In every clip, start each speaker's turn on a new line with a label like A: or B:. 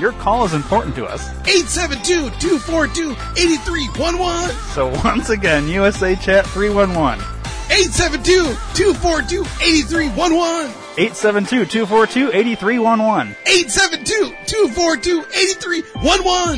A: Your call is important to us.
B: 872-242-8311.
A: So once again, USA Chat 311.
B: 872-242-8311.
A: 872-242-8311.
B: 872-242-8311.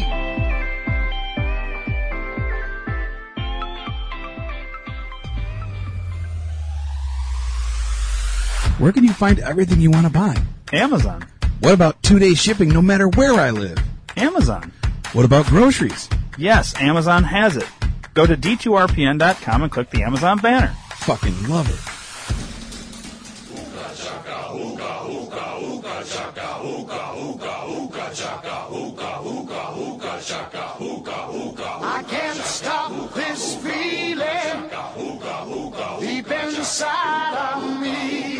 B: Where can you find everything you want to buy?
A: Amazon.
B: What about two-day shipping no matter where I live?
A: Amazon.
B: What about groceries?
A: Yes, Amazon has it. Go to d2rpn.com and click the Amazon banner.
B: Fucking love it.
C: I can't stop this feeling deep inside of me.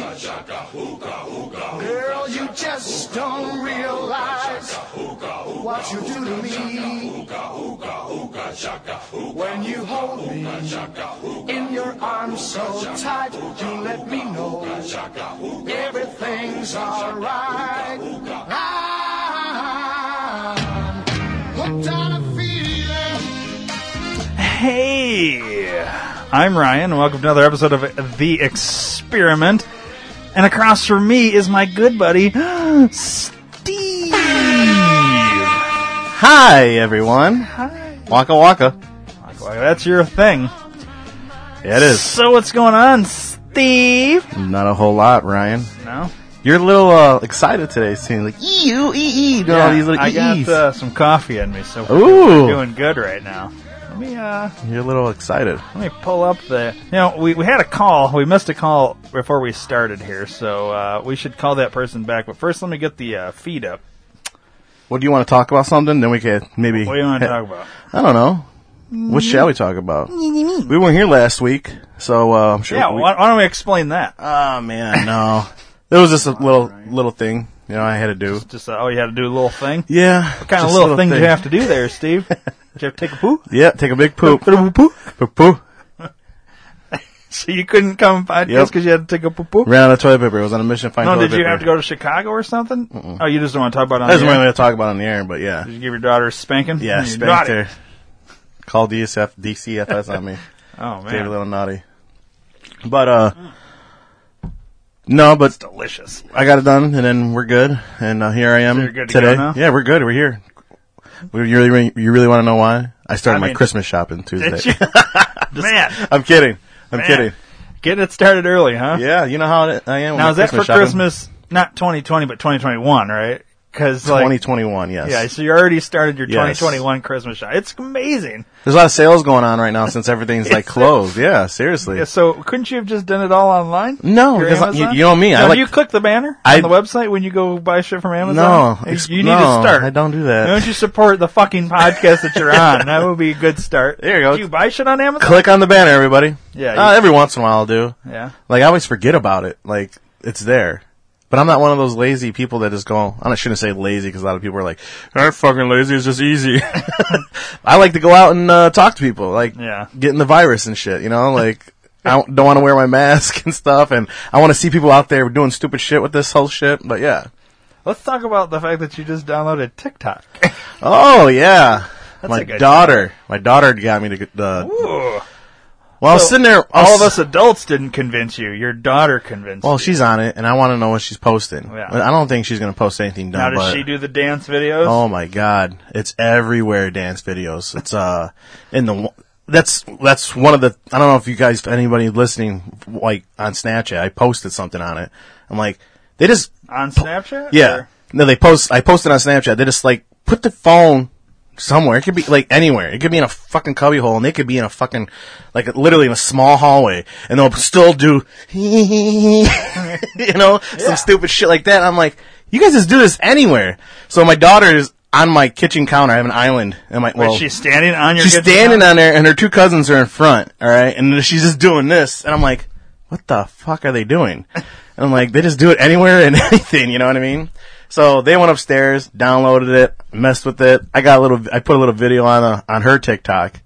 C: Girl, you just don't realize what you do to me. When you hold me in your arms so tight, you let me know everything's alright. Ah. I'm hooked on a feeling.
A: Hey, I'm Ryan, and welcome to another episode of The Experiment. And across from me is my good buddy, Steve. Hi.
D: Hi, everyone. Waka waka.
A: That's your thing.
D: Yeah, it is.
A: So what's going on, Steve?
D: Not a whole lot, Ryan.
A: No.
D: You're a little uh, excited today, seeing like ew, ee, ee, doing all these little
A: I got
D: ees.
A: uh, some coffee in me, so
D: Ooh.
A: we're doing good right now. Let me uh,
D: You're a little excited.
A: Let me pull up the. You know, we, we had a call. We missed a call before we started here, so uh, we should call that person back. But first, let me get the uh, feed up.
D: What do you want to talk about? Something? Then we could maybe.
A: What do you want to talk about?
D: I don't know. What shall we talk about? We weren't here last week, so uh, I'm sure.
A: Yeah,
D: we-
A: why, why don't we explain that?
D: Oh man, no. there was just a little little thing, you know, I had to do.
A: Just uh, oh, you had to do a little thing. What
D: Yeah. What
A: kind of little, thing, did you have to do there, Steve? did you have to take a poo?
D: Yeah, take a big poop. poop poop.
A: So you couldn't come podcast
D: Yep.
A: because you had to take a poo poo.
D: Ran out of toilet paper. It was on a mission to find
A: No,
D: toilet
A: did you
D: paper.
A: have to go to Chicago or something? Oh, you just don't want to talk about it on
D: That's
A: the
D: what I'm
A: air.
D: going to talk about on the air, but yeah.
A: Did you give your daughter a spanking? Mm,
D: Yeah,
A: You
D: spanked
A: got it.
D: her. Call DSF, DCFS on me.
A: Oh man,
D: David Little Naughty. But, uh, no, but
A: delicious.
D: I got it done, and then we're good, and uh, here I am
A: you're good to go
D: today.
A: now?
D: Yeah, we're good. We're here. We, you really, you really want to know why? I started
A: I
D: my
A: mean-
D: Christmas shopping Tuesday.
A: Did you? man,
D: I'm kidding. I'm
A: Man.
D: kidding.
A: Getting it started early, huh?
D: Yeah, you know how it- I am. with
A: Now
D: my
A: is that for
D: shopping.
A: Christmas? Not 2020, but 2021, right? Because like,
D: 2021? Yes.
A: yeah, so you already started your
D: Yes.
A: 2021 Christmas shop. It's amazing.
D: There's a lot of sales going on right now since everything's like closed. Yeah, seriously.
A: Yeah, so couldn't you have just done it all online?
D: No,
A: Your
D: because I-
A: Amazon?
D: you- you know me, I
A: Now,
D: like-
A: do you click the banner
D: I-
A: on the website when you go buy shit from
D: No,
A: Amazon? You-
D: ex-
A: you need
D: no,
A: to start.
D: I don't do that.
A: Why don't you support the fucking podcast that you're on? That would be a good start.
D: There you go.
A: Do you buy shit on Amazon?
D: Click on the banner, everybody.
A: Yeah,
D: Uh,
A: you-
D: every once in a while, I'll do.
A: Yeah.
D: Like I always forget about it. Like it's there. But I'm not one of those lazy people that just go. I shouldn't say lazy because a lot of people are like, "I'm fucking lazy. It's just easy." I like to go out and uh, talk to people, like
A: Yeah.
D: getting the virus and shit. You know, like I don't- don't want to wear my mask and stuff, and I want to see people out there doing stupid shit with this whole shit. But yeah,
A: Let's talk about the fact that you just downloaded TikTok.
D: oh yeah, my
A: a good
D: daughter, my daughter got me to get the.
A: Ooh.
D: Well, I was
A: So,
D: sitting there,
A: All of us adults didn't convince you. Your daughter convinced
D: Well,
A: you.
D: she's on it, and I want to know what she's posting.
A: Yeah.
D: But I don't think she's going to post anything dumb.
A: How does
D: but-
A: she do the dance videos?
D: Oh my god, it's everywhere. Dance videos. It's uh in the that's that's one of the. I don't know if you guys, if anybody listening, like on Snapchat, I posted something on it. I'm like, they just
A: On Snapchat?
D: yeah.
A: Or-
D: No, they post. I posted on Snapchat. They just like put the phone somewhere. It could be like anywhere. It could be in a fucking cubbyhole, and they could be in a fucking like literally in a small hallway, and they'll still do you know some stupid shit like that. I'm like, you guys just do this anywhere. So my daughter is on my kitchen counter. I have an island. And my
A: Wait,
D: well,
A: she's standing on your.
D: she's
A: kitchen
D: standing
A: counter?
D: on there, and her two cousins are in front. All right, and then she's just doing this, and I'm like, "What the fuck are they doing?" And I'm like, "They just do it anywhere and anything." You know what I mean? So they went upstairs, downloaded it, messed with it. I got a little. I put a little video on uh on her TikTok.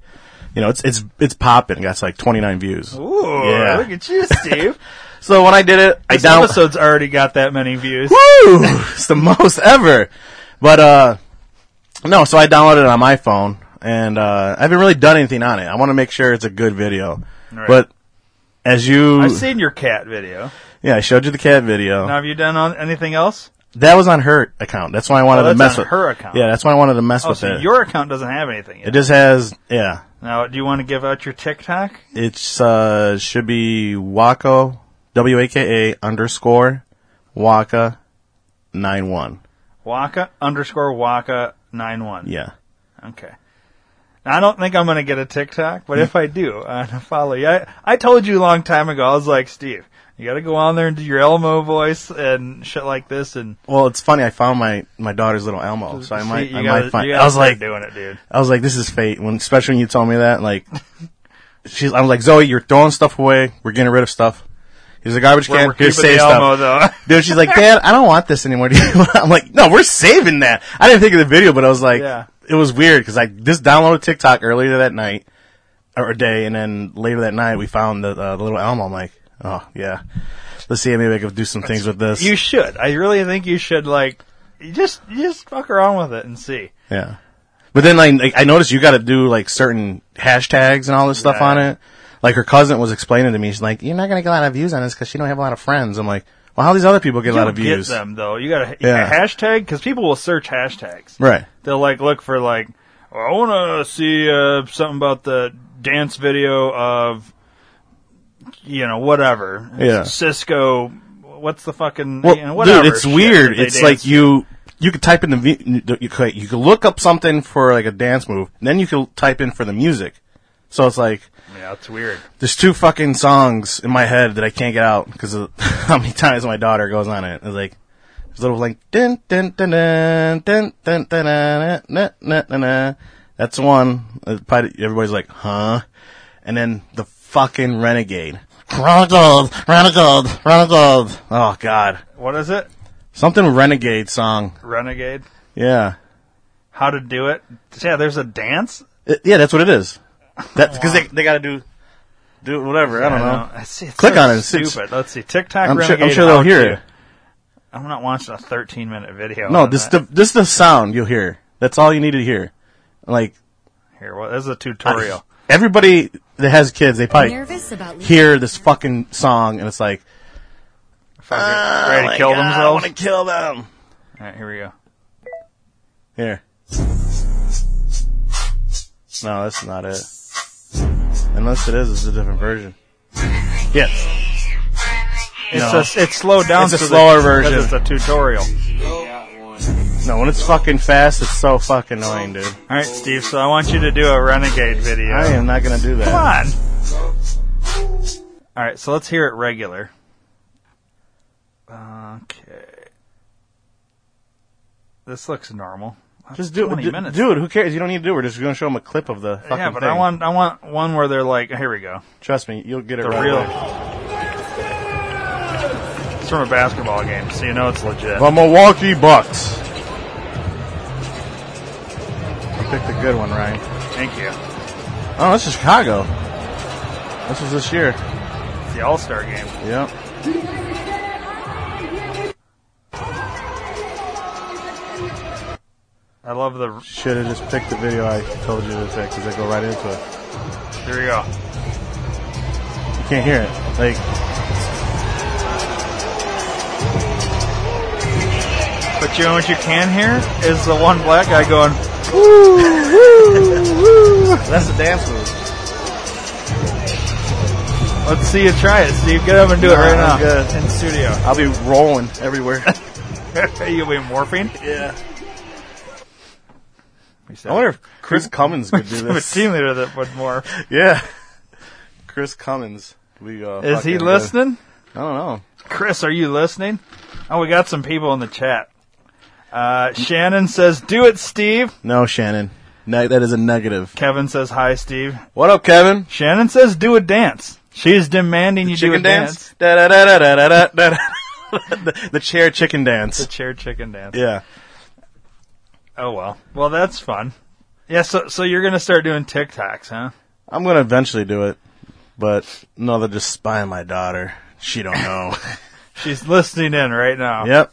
D: You know, it's it's it's popping. That's like 29 views.
A: Ooh,
D: Yeah.
A: look at you, Steve.
D: So when I did it, I
A: this
D: downloaded.
A: episode's already got that many views.
D: Woo! it's the most ever. But uh no, so I downloaded it on my phone and uh I haven't really done anything on it. I want to make sure it's a good video.
A: Right.
D: But as you
A: I've seen your cat video.
D: Yeah, I showed you the cat video.
A: Now, have you done on anything else?
D: That was on her account. That's why I wanted
A: Oh,
D: to
A: that's
D: mess
A: on
D: with
A: her account.
D: Yeah, that's why I wanted to mess
A: Oh,
D: with
A: so
D: it.
A: your account doesn't have anything yet.
D: it just has yeah.
A: Now, do you want to give out your TikTok?
D: It's uh should be Waka W A K A underscore Waka nine one.
A: Waka underscore Waka nine one.
D: Yeah.
A: Okay. Now, I don't think I'm going to get a TikTok, but if I do, I'm going to follow you. I, I told you a long time ago, I was like, Steve, you got to go on there and do your Elmo voice and shit like this. And
D: Well, it's funny. I found my, my daughter's little Elmo, so I
A: See,
D: might
A: you
D: I
A: gotta-
D: might find.
A: you
D: I was
A: gotta
D: like,
A: start doing it, dude.
D: I was like, this is fate. When especially when you told me that, like, she's I'm like Zoe, you're throwing stuff away. We're getting rid of stuff. Here's a garbage
A: We're,
D: can.
A: we're keeping
D: Here's
A: the
D: save
A: Elmo
D: stuff.
A: though.
D: Dude, she's like, Dad, I don't want this anymore. Do you want-" I'm like, no, we're saving that. I didn't think of the video, but I was like,
A: Yeah.
D: it was weird because I just downloaded TikTok earlier that night or day, and then later that night we found the, uh, the little Elmo. I'm like, oh yeah, let's see, maybe I could do some things with this.
A: You should. I really think you should like you just you just fuck around with it and see.
D: Yeah. But then like, like, I noticed you got to do like certain hashtags and all this stuff
A: Yeah.
D: on it. Like her cousin was explaining to me, she's like, "You're not gonna get a lot of views on this because she don't have a lot of friends." I'm like, "Well, how these other people get a lot of
A: You get
D: views?"
A: them though. You got to
D: Yeah.
A: hashtag because people will search hashtags.
D: Right.
A: They'll like look for like "Well, I want to see uh, something about the dance video of you know whatever.
D: Yeah.
A: Cisco. What's the fucking
D: Well,
A: you know, whatever?
D: dude, it's
A: shit
D: weird.
A: that they
D: It's like
A: dance
D: you you could type in the vi- you could, you could look up something for like a dance move, and then you could type in for the music. So it's like
A: to. Yeah, it's weird.
D: there's two fucking songs in my head that I can't get out because of how many times my daughter goes on it. It's like it's a little like dun dun dun dun dun dun dun dun dun dun dun. dun. That's one. Uh, probably- Everybody's like, huh? And then the fucking renegade. Renegade, renegade, renegade. Oh god,
A: What is it?
D: something renegade song.
A: Renegade.
D: Yeah,
A: How to do it? Yeah, there's a dance.
D: It- Uh, yeah, that's what it is. That's because they they gotta do do whatever. I don't know.
A: I see, it's
D: Click
A: so
D: on it. It's-
A: Stupid. Let's see. TikTok.
D: I'm sure,
A: Renegade
D: I'm sure they'll
A: how
D: hear
A: to.
D: it.
A: I'm not watching a 13 minute video.
D: No,
A: on
D: this
A: that.
D: the this the sound you'll hear. That's all you need to hear. Like
A: here. Well, this is a tutorial.
D: everybody that has kids, they probably
E: Nervous about leaving
D: hear this fucking song, and it's like
A: Fuck it.
D: "Oh
A: Ready
D: my
A: to kill
D: God, I
A: themselves.
D: want to kill them.
A: All right, here we go.
D: Here. No, that's not it. Unless it is, it's a different version. Yeah,
A: It's
D: No.
A: a, it's slowed down.
D: It's a
A: so that-
D: slower
A: because
D: version.
A: It's a tutorial.
D: no, when it's fucking fast, it's so fucking annoying, dude.
A: All right, Steve. So I want you to do a renegade video.
D: I am not gonna do that.
A: Come on. All right, so let's hear it regular. Okay. This looks normal.
D: Just do it,
A: 20
D: d-
A: minutes.
D: dude. Who cares? You don't need to do it. We're just gonna show them a clip of the fucking
A: Yeah, but
D: thing.
A: I want I want one where they're like, here we go.
D: Trust me, you'll get it
A: The
D: right
A: real.
D: away.
A: It's from a basketball game, so you know it's legit.
D: The Milwaukee Bucks. I picked a good one, Ryan.
A: Thank you.
D: Oh, this is Chicago. This was this year.
A: It's the All Star game.
D: Yep.
A: I love the.
D: Should have just picked the video I told you to pick because I go right into it.
A: Here we go.
D: You can't hear it. Like,
A: But you know what you can hear is the one black guy going.
D: that's a dance move.
A: Let's see you try it, Steve. Get up and do it
D: No,
A: right
D: I'm
A: now
D: good.
A: in studio.
D: I'll be rolling everywhere.
A: You'll be morphing.
D: yeah.
A: We said-
D: I wonder if Chris Cummins could do
A: a
D: this.
A: team leader that would morph.
D: Yeah. Chris Cummins. We, uh,
A: Is he
D: fucking-
A: listening?
D: I don't know.
A: Chris, are you listening? Oh, we got some people in the chat. Uh, Shannon says, "Do it, Steve."
D: No, Shannon. No, that is a negative.
A: Kevin says, "Hi, Steve."
D: What up, Kevin?
A: Shannon says, "Do a dance." She's demanding you do a
D: Chicken
A: dance.
D: dance? Da da da da da da da. da. The- The chair chicken
A: The
D: dance.
A: chair chicken dance.
D: Yeah.
A: Oh well. Well, that's fun. Yeah. So, so you're gonna start doing TikToks, huh?
D: I'm gonna eventually do it, but no, they're just spying my daughter. She don't know.
A: She's listening in right now.
D: yep.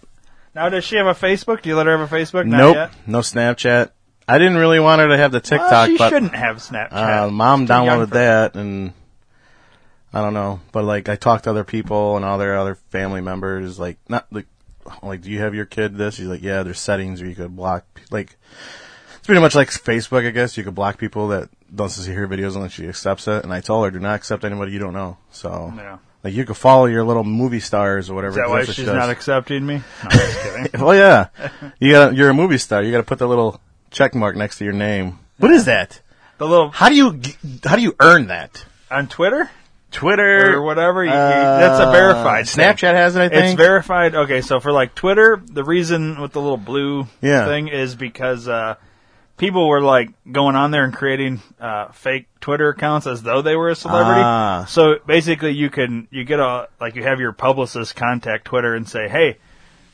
A: Now, does she have a Facebook? Do you let her have a Facebook? Not
D: Nope.
A: Yet?
D: No Snapchat. I didn't really want her to have the TikTok,
A: Well, she
D: but
A: shouldn't have Snapchat.
D: uh, mom
A: She's too young
D: downloaded
A: for-
D: that, and I don't know. But like, I talked to other people and all their other family members. Like, not like, I'm like, do you have your kid this? She's like, yeah. There's settings where you could block. Like, it's pretty much like Facebook, I guess. You could block people that don't see her videos unless she accepts it. And I told her, do not accept anybody you don't know. So.
A: Yeah.
D: Like you could follow your little movie stars or whatever.
A: Is that why
D: that's what
A: she's
D: she does.
A: not accepting me? No, I'm just kidding.
D: Oh yeah, you got you're a movie star. You got to put the little check mark next to your name. What is that?
A: The little
D: How do you g- how do you earn that?
A: on Twitter
D: Twitter Uh,
A: or whatever. You, you- that's a verified. thing.
D: Snapchat has it. I think
A: It's verified. Okay, so for like Twitter, the reason with the little blue
D: Yeah.
A: thing is because uh, people were like going on there and creating uh, fake Twitter accounts as though they were a celebrity.
D: Ah.
A: So basically, you can you get a like you have your publicist contact Twitter and say, hey,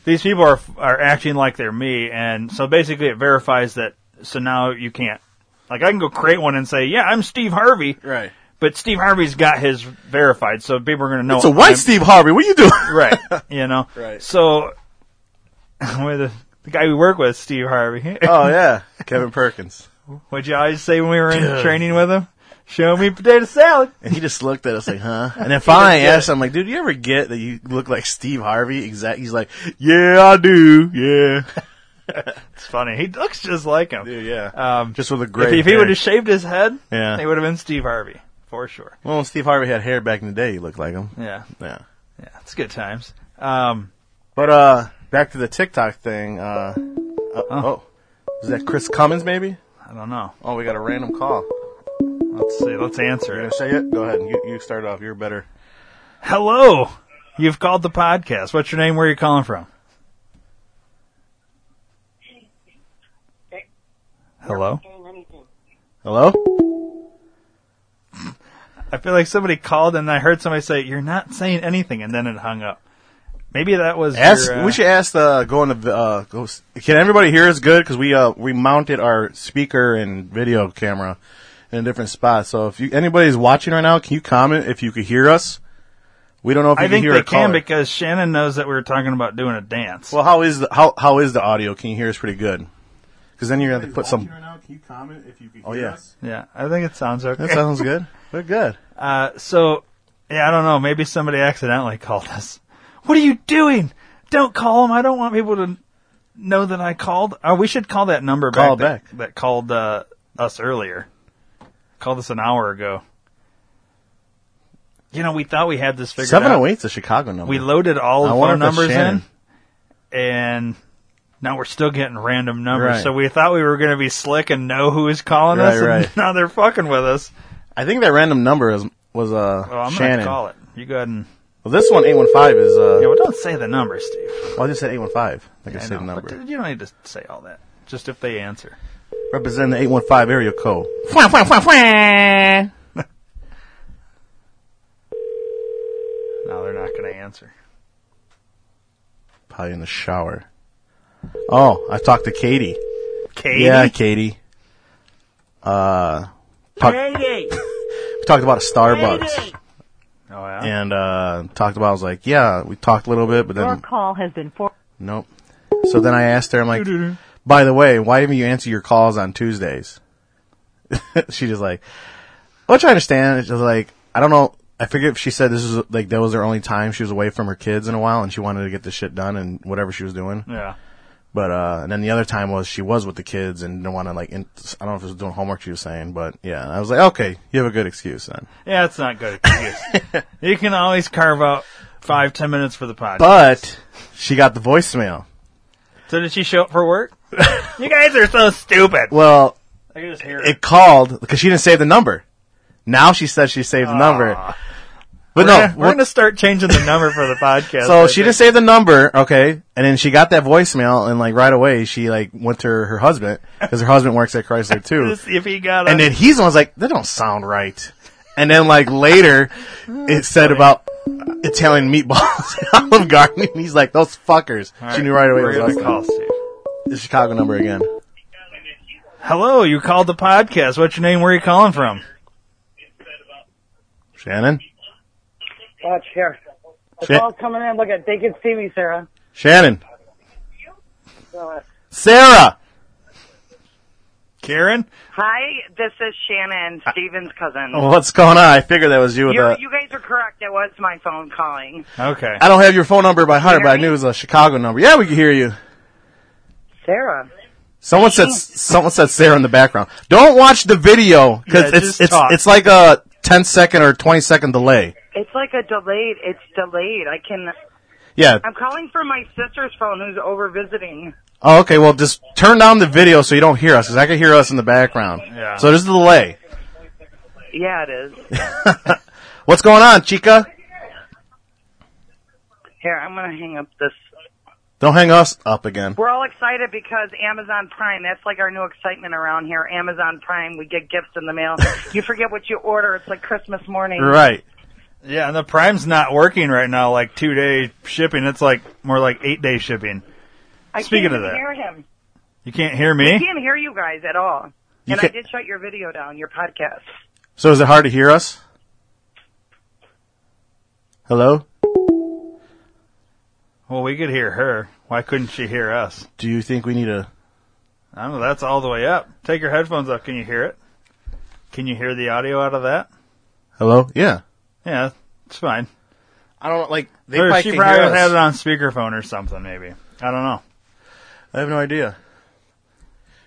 A: these people are are acting like they're me, and so basically it verifies that. So now you can't. Like I can go create one and say, yeah, I'm Steve Harvey.
D: Right.
A: But Steve Harvey's got his verified, so people are going to know.
D: It's a
A: Oh,
D: white
A: I'm-
D: Steve Harvey. What are you doing?
A: right you know
D: Right.
A: so with the, the guy we work with steve harvey
D: oh yeah, Kevin Perkins.
A: what'd you always say when we were in
D: Dude.
A: training with him show me potato salad
D: And he just looked at us like, huh? And then finally I
A: get
D: asked him, like, dude, you ever get that you look like Steve Harvey? Exact. He's like, yeah, I do. Yeah.
A: it's funny he looks just like him
D: Dude, yeah.
A: um
D: just with a great.
A: if, if he would have shaved his head
D: Yeah.
A: he would have been steve harvey for sure
D: well, when Steve Harvey had hair back in the day, he looked like him.
A: yeah
D: Yeah.
A: yeah it's good times um
D: But uh, back to the TikTok thing. Uh, uh, oh, is that Chris Cummins? Maybe.
A: i don't know
D: Oh, we got a random call.
A: let's see let's answer
D: You
A: it
D: gonna say it? Go ahead. You you start off. You're better.
A: hello you've called the podcast what's your name where are you calling from hello
D: Hello.
A: I feel like somebody called and I heard somebody say, "You're not saying anything," and then it hung up. Maybe that was
D: Ask.
A: your, uh,
D: we should ask the go on the uh. Go, s- can everybody hear us good? Because we uh we mounted our speaker and video camera in a different spot. So if you anybody's watching right now, can you comment if you could hear us? We don't know if you
A: I
D: can
A: think
D: hear
A: they
D: a
A: can
D: caller.
A: because Shannon knows that we were talking about doing a dance.
D: Well, how is the how how is the audio? Can you hear us pretty good? Because then you're gonna have to put some.
B: Can you comment if you can
D: Oh yeah,
A: yeah, I think it sounds okay.
D: that sounds good. We're good.
A: Uh, so, yeah, I don't know. Maybe somebody accidentally called us. What are you doing? Don't call them. I don't want people to know that I called. Oh, we should call that number
D: Call
A: back,
D: back.
A: That, that called uh, us earlier. Called us an hour ago. You know, we thought we had this figured
D: Seven
A: out.
D: oh eight's a Chicago number.
A: We loaded all
D: I
A: the
D: wonder
A: phone
D: if that's
A: numbers in,
D: Shannon.
A: and now we're still getting random numbers.
D: Right.
A: So we thought we were going to be slick and know who is calling
D: Right,
A: us, and
D: right.
A: now they're fucking with us.
D: I think that random number is was uh
A: Well, I'm going
D: Shannon.
A: to call it. You go ahead and
D: Well, this one eight one five is uh.
A: yeah. Well, don't say the number, Steve.
D: well, Oh, I just said eight one five. I think I
A: I
D: said the
A: know,
D: number.
A: but you don't need to say all that. Just if they answer.
D: Representing the eight one five area code.
A: No, they're not going to answer.
D: Probably in the shower. Oh, I talked to Katie.
A: Katie.
D: Yeah, Katie. Uh, talk, we talked about Starbucks
A: Oh yeah.
D: and uh talked about. I was like, yeah, we talked a little bit, but
E: Your
D: then
E: call has been for.
D: Nope. So then I asked her, I'm like, by the way, why haven't you answered your calls on Tuesdays? she just like, which I understand. She was like, I don't know. I figured if she said this was like, that was her only time she was away from her kids in a while and she wanted to get this shit done and whatever she was doing.
A: Yeah.
D: But, uh, and then the other time was she was with the kids and didn't want to like, in- I don't know if it was doing homework she was saying, but yeah, I was like, okay, you have a good excuse then.
A: Yeah, it's not good. excuse. you can always carve out five, ten minutes for the podcast.
D: But she got the voicemail.
A: so did she show up for work? you guys are so stupid.
D: Well,
A: I can just hear it.
D: it called because she didn't save the number. Now she says she saved the number. But
A: Ah. we're
D: no,
A: gonna, we're
D: what-
A: gonna start changing the number for the podcast.
D: So
A: I
D: she
A: think.
D: just saved the number, okay, and then she got that voicemail, and like right away she like went to her, her husband because her husband works at Chrysler too,
A: Just if he got
D: and
A: a-
D: then he's the one's like that don't sound right, and then like later it said about Italian meatballs at Olive Garden, and he's like those fuckers.
A: All
D: She knew right away.
A: We're
D: It was "Oh,
A: gonna
D: us.
A: call Steve.
D: the Chicago number again.
A: Hello, you called the podcast. What's your name? Where are you calling from?
D: Shannon,
E: Watch here. The
D: Shit.
E: call's coming in. Look at they can see me, Sarah.
D: Shannon,
E: So, uh,
D: Sarah.
A: Karen?
F: Hi, this is Shannon, Steven's cousin.
A: Oh,
D: Oh, What's going on? I figured that was you with
F: you,
D: the.
F: you guys are correct. It was my phone calling.
A: Okay.
D: I don't have your phone number by heart,
F: hear
D: but I
F: me?
D: knew it was a Chicago number. Yeah, we can hear you.
F: Sarah.
D: Someone said someone said Sarah in the background. Don't watch the video
A: Yeah,
D: because it's
A: just
D: it's
A: talk.
D: it's like a 10 second or 20 second delay.
F: It's like a delayed. It's delayed. I can.
D: Yeah.
F: I'm calling from my sister's phone, who's over visiting.
D: Oh, okay. Well, just turn down the video so you don't hear us because I can hear us in the background.
A: Yeah.
D: So there's the delay.
F: Yeah, it is.
D: What's going on, Chica?
F: Here, I'm gonna hang up this.
D: Don't hang us up again.
F: We're all excited because Amazon Prime. That's like our new excitement around here. Amazon Prime. We get gifts in the mail. you forget what you order. It's like Christmas morning.
D: Right.
A: Yeah, and the Prime's not working right now, like two day shipping. It's like more like eight day shipping.
F: I
A: Speaking
F: can't
A: of
F: even
A: that.
F: hear him.
A: You can't hear me?
F: Can't hear you guys at all.
D: You
F: and I
D: can't-
F: did shut your video down. Your podcast.
D: So is it hard to hear us? Hello.
A: Well, we could hear her. Why couldn't she hear us?
D: Do you think we need a?
A: I don't know. That's all the way up. Take your headphones off. Can you hear it? Can you hear the audio out of that?
D: Hello. Yeah.
A: Yeah, it's fine.
D: I don't like. They
A: Or she probably had it on speakerphone or something, maybe. I don't know.
D: I have no idea.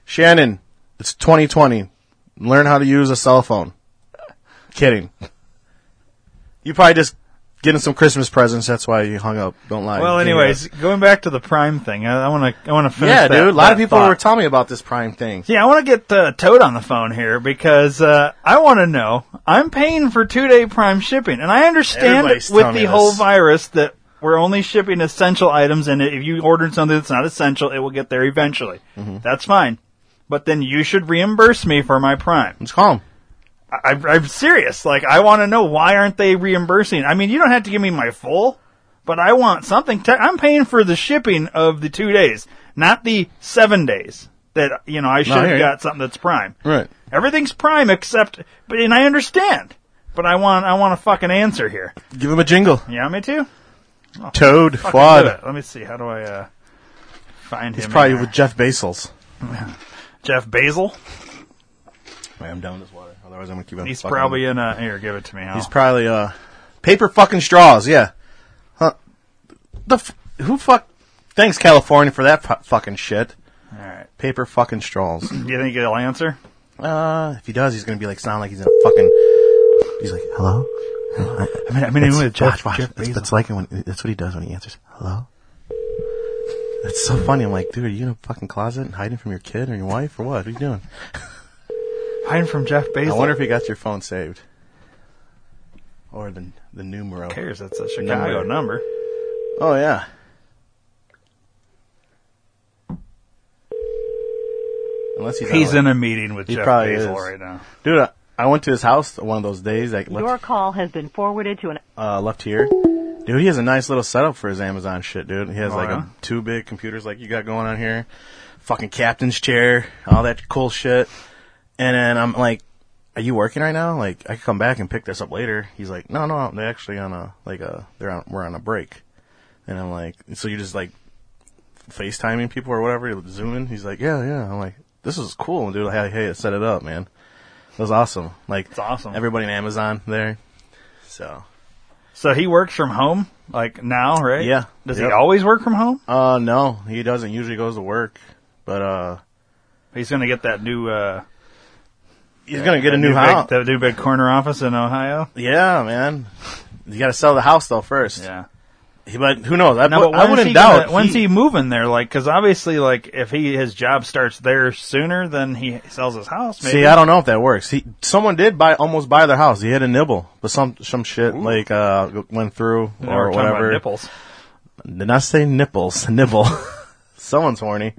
D: Shannon, it's 2020. Learn how to use a cell phone. Kidding. You probably just getting some Christmas presents. That's why you hung up. Don't lie.
A: Well,
D: You can't
A: anyways,
D: hear
A: going back to the Prime thing, I want to I want to
D: us.
A: finish.
D: yeah,
A: that-
D: dude. A lot
A: that
D: of people
A: thought.
D: were telling me about this Prime thing.
A: Yeah, I want to get uh, Toad on the phone here because uh, I want to know. I'm paying for two day Prime shipping, and I understand
D: Everybody's
A: with
D: telling me
A: the whole
D: this.
A: virus that we're only shipping essential items, and if you ordered something that's not essential, it will get there eventually.
D: Mm-hmm.
A: That's fine. But then you should reimburse me for my Prime.
D: Let's call 'em.
A: I, I'm serious. Like, I want to know why aren't they reimbursing? I mean, you don't have to give me my full, but I want something. Te- I'm paying for the shipping of the two days, not the seven days that you know I should
D: I hear
A: have
D: you.
A: got something that's prime.
D: Right.
A: Everything's prime except, but and I understand. But I want I want a fucking answer here.
D: Give him a jingle.
A: You want me to?
D: Toad
A: Oh. Fucking do
D: Fod.
A: it. Let me see. How do I uh, find him?
D: It's probably
A: in
D: with
A: there?
D: Jeff Bezos.
A: Jeff Basil.
D: Wait, I'm down with this water. Otherwise, I'm gonna keep on.
A: He's
D: fucking-
A: probably in a here. Give it to me. Al.
D: He's probably uh paper fucking straws. Yeah. Huh. The f- who fuck? Thanks California for that fu- fucking shit.
A: All right.
D: Paper fucking straws.
A: Do you think he'll answer?
D: uh, if he does, he's gonna be like sound like he's in a fucking. He's like, hello.
A: I mean, I mean, with Jeff,
D: watch, watch.
A: Jeff
D: that's,
A: Bezos.
D: that's like when that's what he does when he answers. Hello. That's so funny. I'm like, dude, are you in a fucking closet and hiding from your kid or your wife or what? What are you doing?
A: Hiding from Jeff Bezos.
D: I wonder if he got your phone saved or the the numero.
A: Who cares? That's a Chicago
D: Number.
A: number.
D: Oh yeah. Unless he's,
A: He's
D: out.
A: in a meeting with
D: He
A: Jeff
D: probably
A: Basil
D: is.
A: right now.
D: Dude, I, I went to his house one of those days, like
G: Your
D: left,
G: call has been forwarded to an
D: uh, left here. Dude, he has a nice little setup for his Amazon shit, dude. He has
A: Oh,
D: like
A: yeah?
D: a, two big computers, like you got going on here, fucking captain's chair, all that cool shit. And then I'm like, "Are you working right now? Like, I could come back and pick this up later." He's like, "No, no, they're actually on a like a they're on we're on a break." And I'm like, "So you just like FaceTiming people or whatever, you're zooming. He's like, yeah, yeah. I'm like, this is cool, dude. Hey, hey, I set it up, man. It was awesome. Like, it's
A: awesome.
D: Everybody in Amazon there. So,
A: So he works from home, like now, right?
D: Yeah.
A: Does
D: Yep.
A: he always work from home?
D: uh, no, he doesn't usually goes to work, but uh,
A: He's going to get that new. Uh,
D: he's gonna get a
A: that
D: new, house.
A: Big, that new big corner office in Ohio.
D: yeah, man. You gotta sell the house though first.
A: Yeah.
D: He, but who knows? I,
A: Now, but
D: I
A: when's
D: wouldn't
A: he
D: doubt.
A: gonna- when's he, moving there? Like, because obviously, like, if he his job starts there sooner, then he sells his house. Maybe.
D: See, I don't know if that works. He someone did buy almost buy their house. He had a nibble, but some some shit like uh went through
A: Now
D: or
A: we're talking
D: whatever.
A: About nipples.
D: Did not say nipples, nibble. Someone's horny.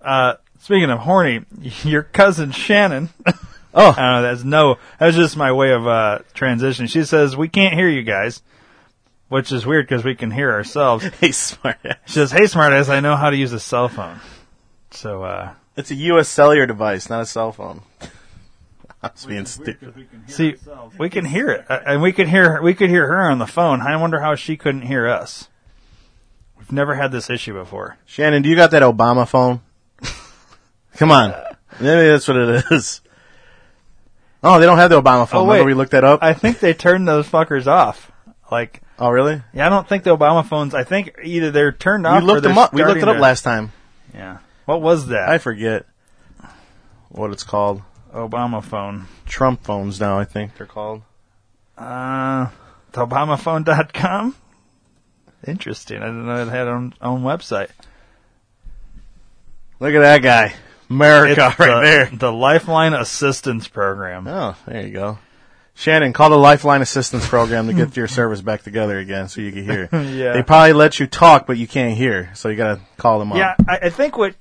A: Uh, speaking of horny, your cousin Shannon.
D: Oh,
A: I don't know. That's no. That was just my way of uh, transition. She says we can't hear you guys, which is weird because we can hear ourselves.
D: hey, smart.
A: She says, "Hey, smartass, I know how to use a cell phone." So uh,
D: It's a U.S. cellular device, not a cell phone. I was being stupid.
A: see, we can hear it, Uh, and we could hear her- we could hear her on the phone. I wonder how she couldn't hear us. We've never had this issue before.
D: Shannon, do you got that Obama phone? Come on. Maybe that's what it is. Oh, they don't have the Obama
A: Oh,
D: phone. Remember
A: wait.
D: we looked that up?
A: I think they turned those fuckers off. Like,
D: oh, really?
A: yeah, I don't think the Obama phones. I think either they're turned
D: We
A: off. or
D: looked
A: they're
D: them up. We looked it
A: starting
D: up
A: to-
D: last time.
A: Yeah. What was that
D: I forget what it's called.
A: Obama phone?
D: Trump phones now, I think they're called.
A: Uh, TheObamaphone.com? Interesting. I didn't know it had own own website.
D: Look at that guy. America
A: It's
D: right
A: the,
D: there.
A: The Lifeline Assistance Program.
D: Oh, there you go. Shannon, call the Lifeline Assistance Program to get your service back together again so you can hear.
A: Yeah.
D: They probably let you talk, but you can't hear, so you gotta call them up.
A: Yeah, I, I think what.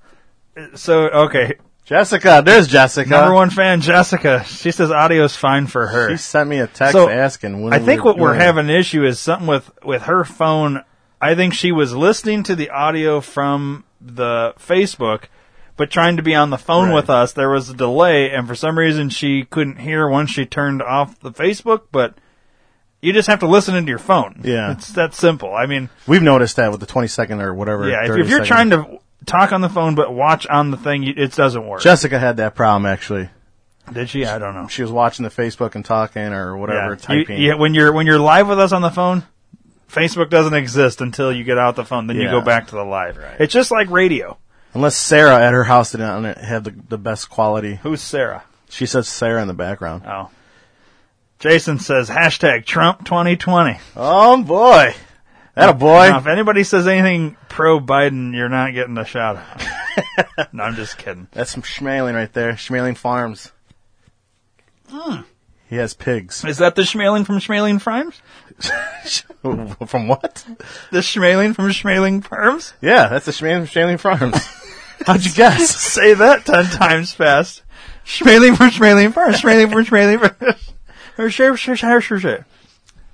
A: So okay, Uh,
D: Jessica, there's Jessica.
A: number one fan Jessica. She says audio's fine for her.
D: She sent me a text
A: So,
D: asking when
A: I think
D: we were
A: what we're
D: doing it.
A: having an issue is something with with her phone. I think she was listening to the audio from the Facebook, but trying to be on the phone
D: Right.
A: with us. There was a delay, and for some reason she couldn't hear once she turned off the Facebook. But you just have to listen into your phone.
D: Yeah.
A: it's that simple. I mean,
D: We've noticed that with the 20 second or whatever.
A: yeah, if,
D: 30
A: if you're trying
D: second.
A: to talk on the phone but watch on the thing, you- it doesn't work.
D: Jessica had that problem actually.
A: Did she? I don't know.
D: She was watching the Facebook and talking or whatever
A: Yeah. You-
D: typing.
A: yeah, when you're when you're live with us on the phone, Facebook doesn't exist until you get out the phone. Then you
D: Yeah.
A: go back to the live. It's just like radio.
D: Unless Sarah at her house did not have the, the best quality.
A: Who's Sarah?
D: She says Sarah in the background.
A: Oh, Jason says hashtag Trump 2020.
D: Oh boy. That a boy.
A: Now, if anybody says anything pro Biden, you're not getting a shout out. no, I'm just kidding.
D: That's some Schmaling right there. Schmaling Farms.
A: Hmm.
D: He has pigs.
A: Is that the Schmaling from Schmaling Farms?
D: From what?
A: The Schmaling from Schmaling Farms?
D: Yeah, that's the Schmaling, Schmaling Farms. How'd you guess?
A: Say that ten times fast. Schmaling from Schmaling Farms. Schmaling from Schmaling Farms. Or Sure, sure, sure, sure, sure.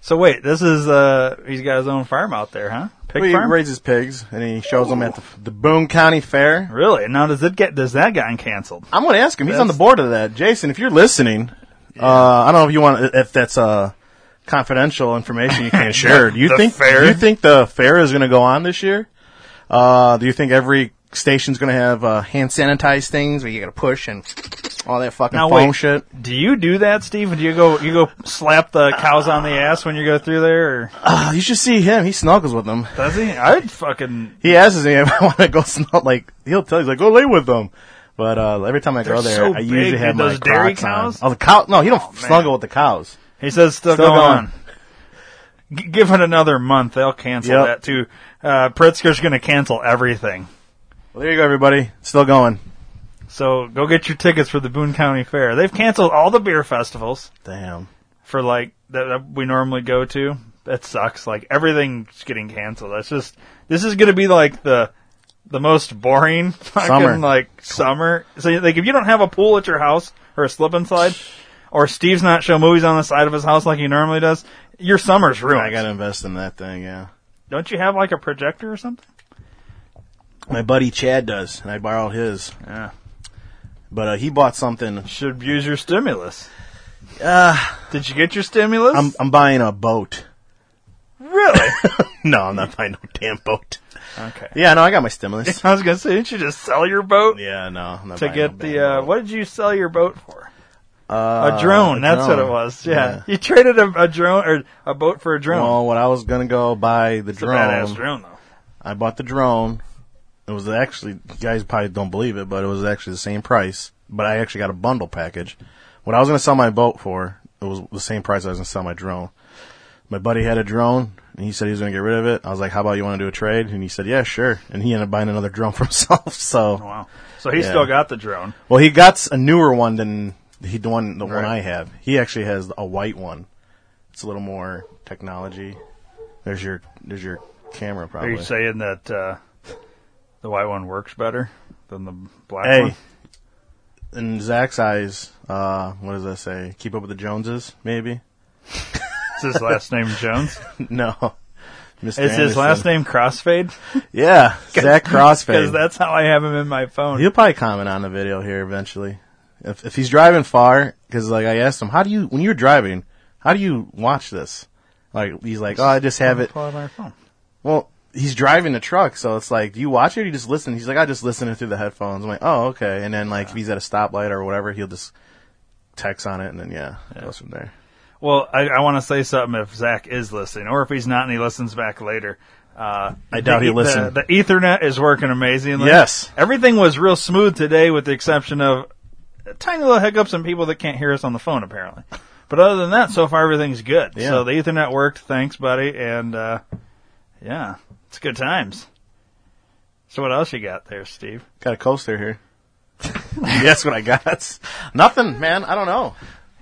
A: So wait, this is uh, he's got his own farm out there, huh? Pig
D: Well, he
A: farm.
D: raises pigs and he shows them at the, the Boone County Fair.
A: Really? Now does it get does that gotten canceled?
D: I'm going to ask him. He's on the board of that. Jason, if you're listening, uh, I don't know if you want if that's uh, confidential information you can't share. Do you
A: The
D: think
A: fair?
D: do you think the fair is going to go on this year? Uh, do you think every station's going to have uh, hand sanitized things where you got to push and all that fucking
A: Now,
D: foam
A: wait.
D: shit?
A: Do you do that, Steve? Do you go you go slap the cows on the ass when you go through there, or
D: Uh, you should see him. He snuggles with them.
A: does he? I'd fucking.
D: He asks me if I want to go snuggle. Like he'll tell, he's like, go lay with them. But uh, every time I go
A: They're
D: there,
A: so
D: I
A: big,
D: usually
A: dude,
D: have my
A: those dairy
D: Crocs on.
A: cows?
D: Oh, the cow? No, you don't
A: man.
D: snuggle with the cows.
A: He says still,
D: Still
A: going.
D: going.
A: on. G- give it another month, they'll cancel
D: Yep.
A: that too. Uh, Pritzker's going to cancel everything.
D: Well, there you go, everybody. Still going.
A: So go get your tickets for the Boone County Fair. They've canceled all the beer festivals
D: Damn.
A: for like that that we normally go to. That sucks. Like everything's getting canceled. That's just this is going to be like the the most boring fucking
D: Summer.
A: like summer. So like if you don't have a pool at your house or a slip and slide, or Steve's not show movies on the side of his house like he normally does, your summer's ruined.
D: I gotta invest in that thing. Yeah.
A: Don't you have like a projector or something?
D: My buddy Chad does, and I borrowed his.
A: Yeah.
D: But uh, he bought something.
A: Should use your stimulus.
D: Uh,
A: Did you get your stimulus?
D: I'm I'm buying a boat.
A: really
D: No, I'm not buying no damn boat.
A: okay.
D: Yeah, no, I got my stimulus.
A: I was gonna say, didn't you just sell your boat
D: Yeah, no, I'm not
A: to
D: buying
A: get
D: no
A: the uh,
D: damn boat.
A: what did you sell your boat for?
D: Uh,
A: a drone.
D: a
A: that's what
D: drone.
A: it was. Yeah, you traded a, a drone or a boat for a drone.
D: Well, when I was gonna go buy the
A: it's a
D: drone,
A: badass drone though.
D: I bought the drone. It was actually you guys probably don't believe it, but it was actually the same price. But I actually got a bundle package. What I was going to sell my boat for, it was the same price I was going to sell my drone. My buddy had a drone, and he said he was going to get rid of it. I was like, "How about you want to do a trade?" And he said, "Yeah, sure." And he ended up buying another drone for himself. So,
A: Oh, Wow. So he
D: Yeah.
A: still got the drone.
D: well, he got s- a newer one than he the one the one
A: Right.
D: I have. He actually has a white one. It's a little more technology. There's your there's your camera
A: Are
D: probably.
A: you saying that uh, the white one works better than the black
D: Hey,
A: one?
D: in Zach's eyes, uh, what does that say? Keep up with the Joneses, maybe?
A: Is his last name Jones?
D: No. Mr.
A: Is his
D: Anderson.
A: last name Crossfade?
D: Yeah, Zach
A: Because
D: Crossfade.
A: that's how I have him in my phone.
D: He'll probably comment on the video here eventually. If, if he's driving far, because like I asked him, how do you, when you're driving, how do you watch this? Like, he's like, oh, I just have it.
A: Pull out my phone.
D: Well, he's driving the truck, so it's like, do you watch it or you just listen? He's like, I just listen it through the headphones. I'm like, oh, okay. And then like, if he's at a stoplight or whatever, he'll just text on it and then yeah, goes from there.
A: Well, I, I want to say something if Zach is listening, or if he's not and he listens back later. Uh, I
D: doubt he listened.
A: The, the Ethernet is working amazingly.
D: Yes.
A: Everything was real smooth today with the exception of tiny little hiccups and people that can't hear us on the phone apparently. But other than that, so far everything's good.
D: Yeah.
A: So the Ethernet worked. Thanks, buddy. And, uh, yeah, it's good times. So what else you got there, Steve?
D: Got a coaster here. Guess what I got? Nothing, man. I don't know.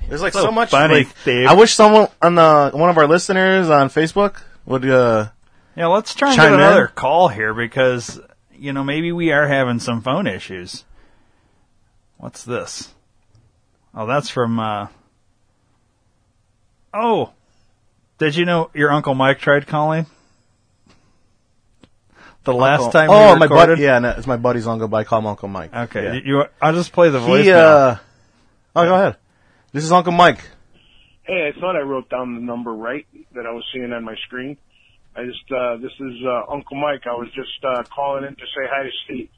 D: There's like so,
A: So
D: much.
A: funny,
D: like,
A: Dave.
D: I wish someone on the one of our listeners on Facebook would. uh
A: Yeah, let's try and
D: Chime
A: get another
D: in.
A: call here because, you know, maybe we are having some phone issues. What's this? Oh, that's from, uh, oh, did you know your Uncle Mike tried calling? The last
D: oh,
A: time
D: Oh,
A: we
D: my
A: recorded?
D: buddy. Yeah, no, it's my buddy's uncle. But I call him Uncle Mike.
A: Okay,
D: Yeah.
A: you, I'll just play the voice.
D: He. uh Oh, go ahead. This is Uncle Mike.
G: Hey, I thought I wrote down the number right that I was seeing on my screen. I just, uh, this is uh, Uncle Mike. I was just uh, calling in to say hi to Steve.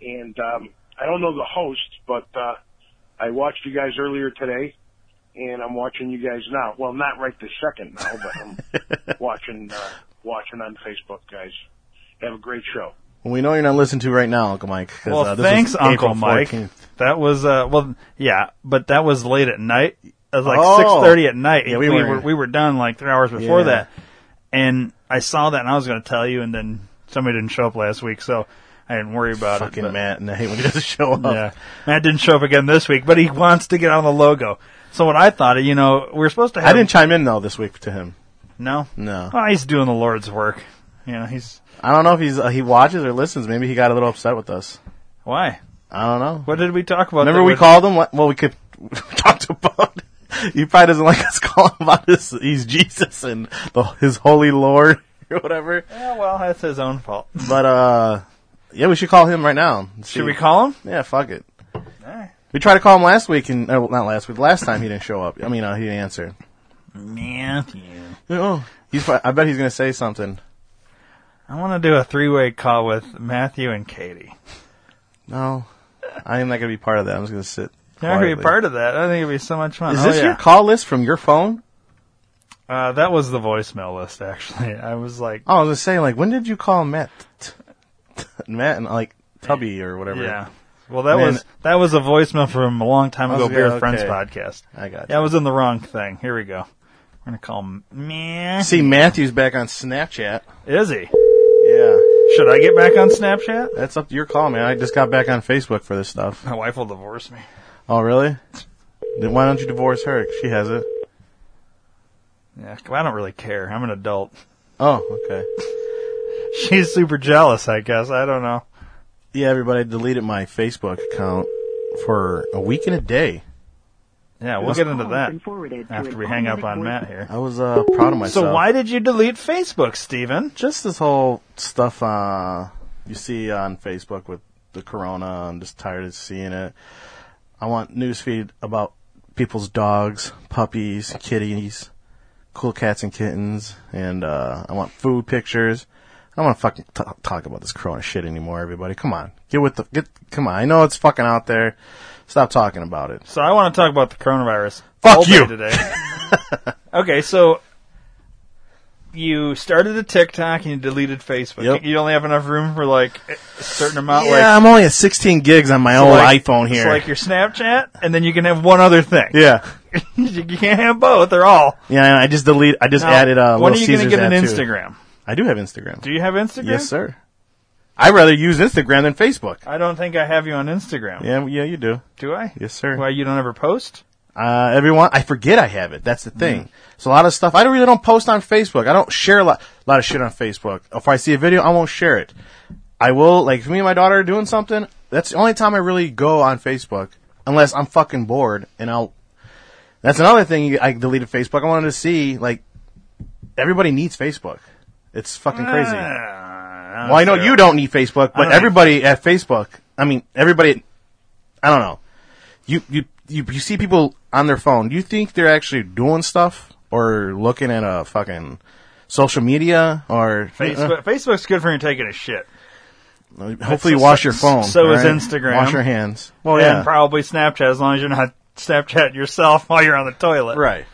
G: And um, I don't know the host, but uh, I watched you guys earlier today, and I'm watching you guys now. Well, not right this second now, but I'm watching, uh, watching on Facebook, guys. Have a great show.
D: We know you're not listened to right now, Uncle Mike. 'cause,
A: well,
D: uh, this
A: thanks,
D: was
A: Uncle
D: April
A: Mike.
D: 14th.
A: That was, uh, well, yeah, but that was late at night. It was like
D: Oh.
A: 6.30 at night.
D: Yeah, we
A: we
D: were-
A: were, we were done like three hours before
D: Yeah.
A: that. And I saw that and I was going to tell you and then somebody didn't show up last week, so I didn't worry about it.
D: Fucking oh.
A: but-
D: Matt, and I hate when he doesn't show up.
A: yeah. Matt didn't show up again this week, but he wants to get on the logo. So what I thought, you know, we are supposed to have.
D: I didn't chime in though this week to him.
A: No?
D: No.
A: Well, he's doing the Lord's work. You know, he's.
D: I don't know if he's uh, he watches or listens. Maybe he got a little upset with us.
A: Why?
D: I don't know.
A: What did we talk about?
D: Remember
A: that
D: we
A: would-
D: called him? Well, we could we talked about. He probably doesn't like us calling him about his he's Jesus and the, his holy Lord or whatever.
A: Yeah, well, that's his own fault.
D: But uh, yeah, we should call him right now. See.
A: Should we call him?
D: Yeah, fuck it.
A: Alright.
D: We tried to call him last week and or not last week. Last time he didn't show up. I mean, uh, he didn't answer.
A: Matthew.
D: Oh, he's. fi- I bet he's gonna say something.
A: I want to do a three-way call with Matthew and Katie.
D: No, I am not gonna be part of that. I'm just gonna sit.
A: You're not gonna be
D: quietly.
A: part of that. I think it'd be so much fun.
D: Is
A: Oh,
D: this
A: yeah.
D: your call list from your phone?
A: Uh, that was the voicemail list, actually. I was like,
D: Oh, I was just saying, like, when did you call Matt? Matt and like Tubby or whatever.
A: yeah. Well, that
D: Man.
A: was that was a voicemail from a long time
D: I
A: ago,
D: was like,
A: Beer
D: okay.
A: Friends podcast.
D: I got.
A: Yeah, I was in the wrong thing. Here we go. We're gonna call him. Meh.
D: See, Matthew's back on Snapchat.
A: Is he?
D: Yeah,
A: Should I get back on Snapchat?
D: that's up to your call, man. I just got back on Facebook for this stuff.
A: My wife will divorce me.
D: Oh, really? Then why don't you divorce her? 'Cause She has it.
A: Yeah, I don't really care. I'm an adult.
D: Oh, okay.
A: She's super jealous, I guess. I don't know.
D: Yeah, everybody I deleted my Facebook account for a week and a day.
A: Yeah, we'll get into that after we hang up on Matt here.
D: I was uh, proud of myself.
A: So why did you delete Facebook, Steven?
D: Just this whole stuff uh, you see on Facebook with the corona. I'm just tired of seeing it. I want newsfeed about people's dogs, puppies, kitties, cool cats and kittens, and uh, I want food pictures. I don't want to fucking t- talk about this corona shit anymore. Everybody, come on, get with the get. Come on, I know it's fucking out there. Stop talking about it.
A: So I want to talk about the coronavirus.
D: Fuck
A: all day
D: you.
A: today. okay, so you started a TikTok and you deleted Facebook.
D: Yep.
A: You only have enough room for like a certain amount.
D: yeah,
A: like,
D: I'm only at 16 gigs on my
A: so
D: own
A: like-
D: iPhone
A: It's
D: here.
A: like your Snapchat, and then you can have one other thing.
D: yeah,
A: you can't have both or all.
D: yeah. I just delete. I just
A: Now,
D: added uh,
A: when
D: Little
A: are you
D: Caesars
A: gonna get an
D: ad, too.
A: Instagram?
D: I do have Instagram.
A: Do you have Instagram? Oh.
D: Yes, sir. I would rather use Instagram than Facebook.
A: I don't think I have you on Instagram.
D: Yeah, well, yeah, you do.
A: Do I?
D: Yes, sir.
A: Why you don't ever post?
D: Uh, everyone, I forget I have it. That's the thing.
A: Mm.
D: So a lot of stuff I don't really don't post on Facebook. I don't share a lot, a lot of shit on Facebook. If I see a video, I won't share it. I will like if me and my daughter are doing something. That's the only time I really go on Facebook, unless I'm fucking bored. And I'll. That's another thing. you- I deleted Facebook. I wanted to see like everybody needs Facebook. It's fucking crazy.
A: Ah.
D: Well, I know you don't need Facebook, but
A: don't
D: everybody at Facebook, I mean, everybody, I don't know. You, you, you, you see people on their phone. Do you think they're actually doing stuff or looking at a fucking social media or
A: Facebook, Facebook's good for you taking a shit.
D: Uh, hopefully, wash your phone.
A: so is
D: all right?
A: Instagram.
D: Wash your hands. Well,
A: and
D: yeah.
A: probably Snapchat as long as you're not Snapchat yourself while you're on the toilet.
D: right.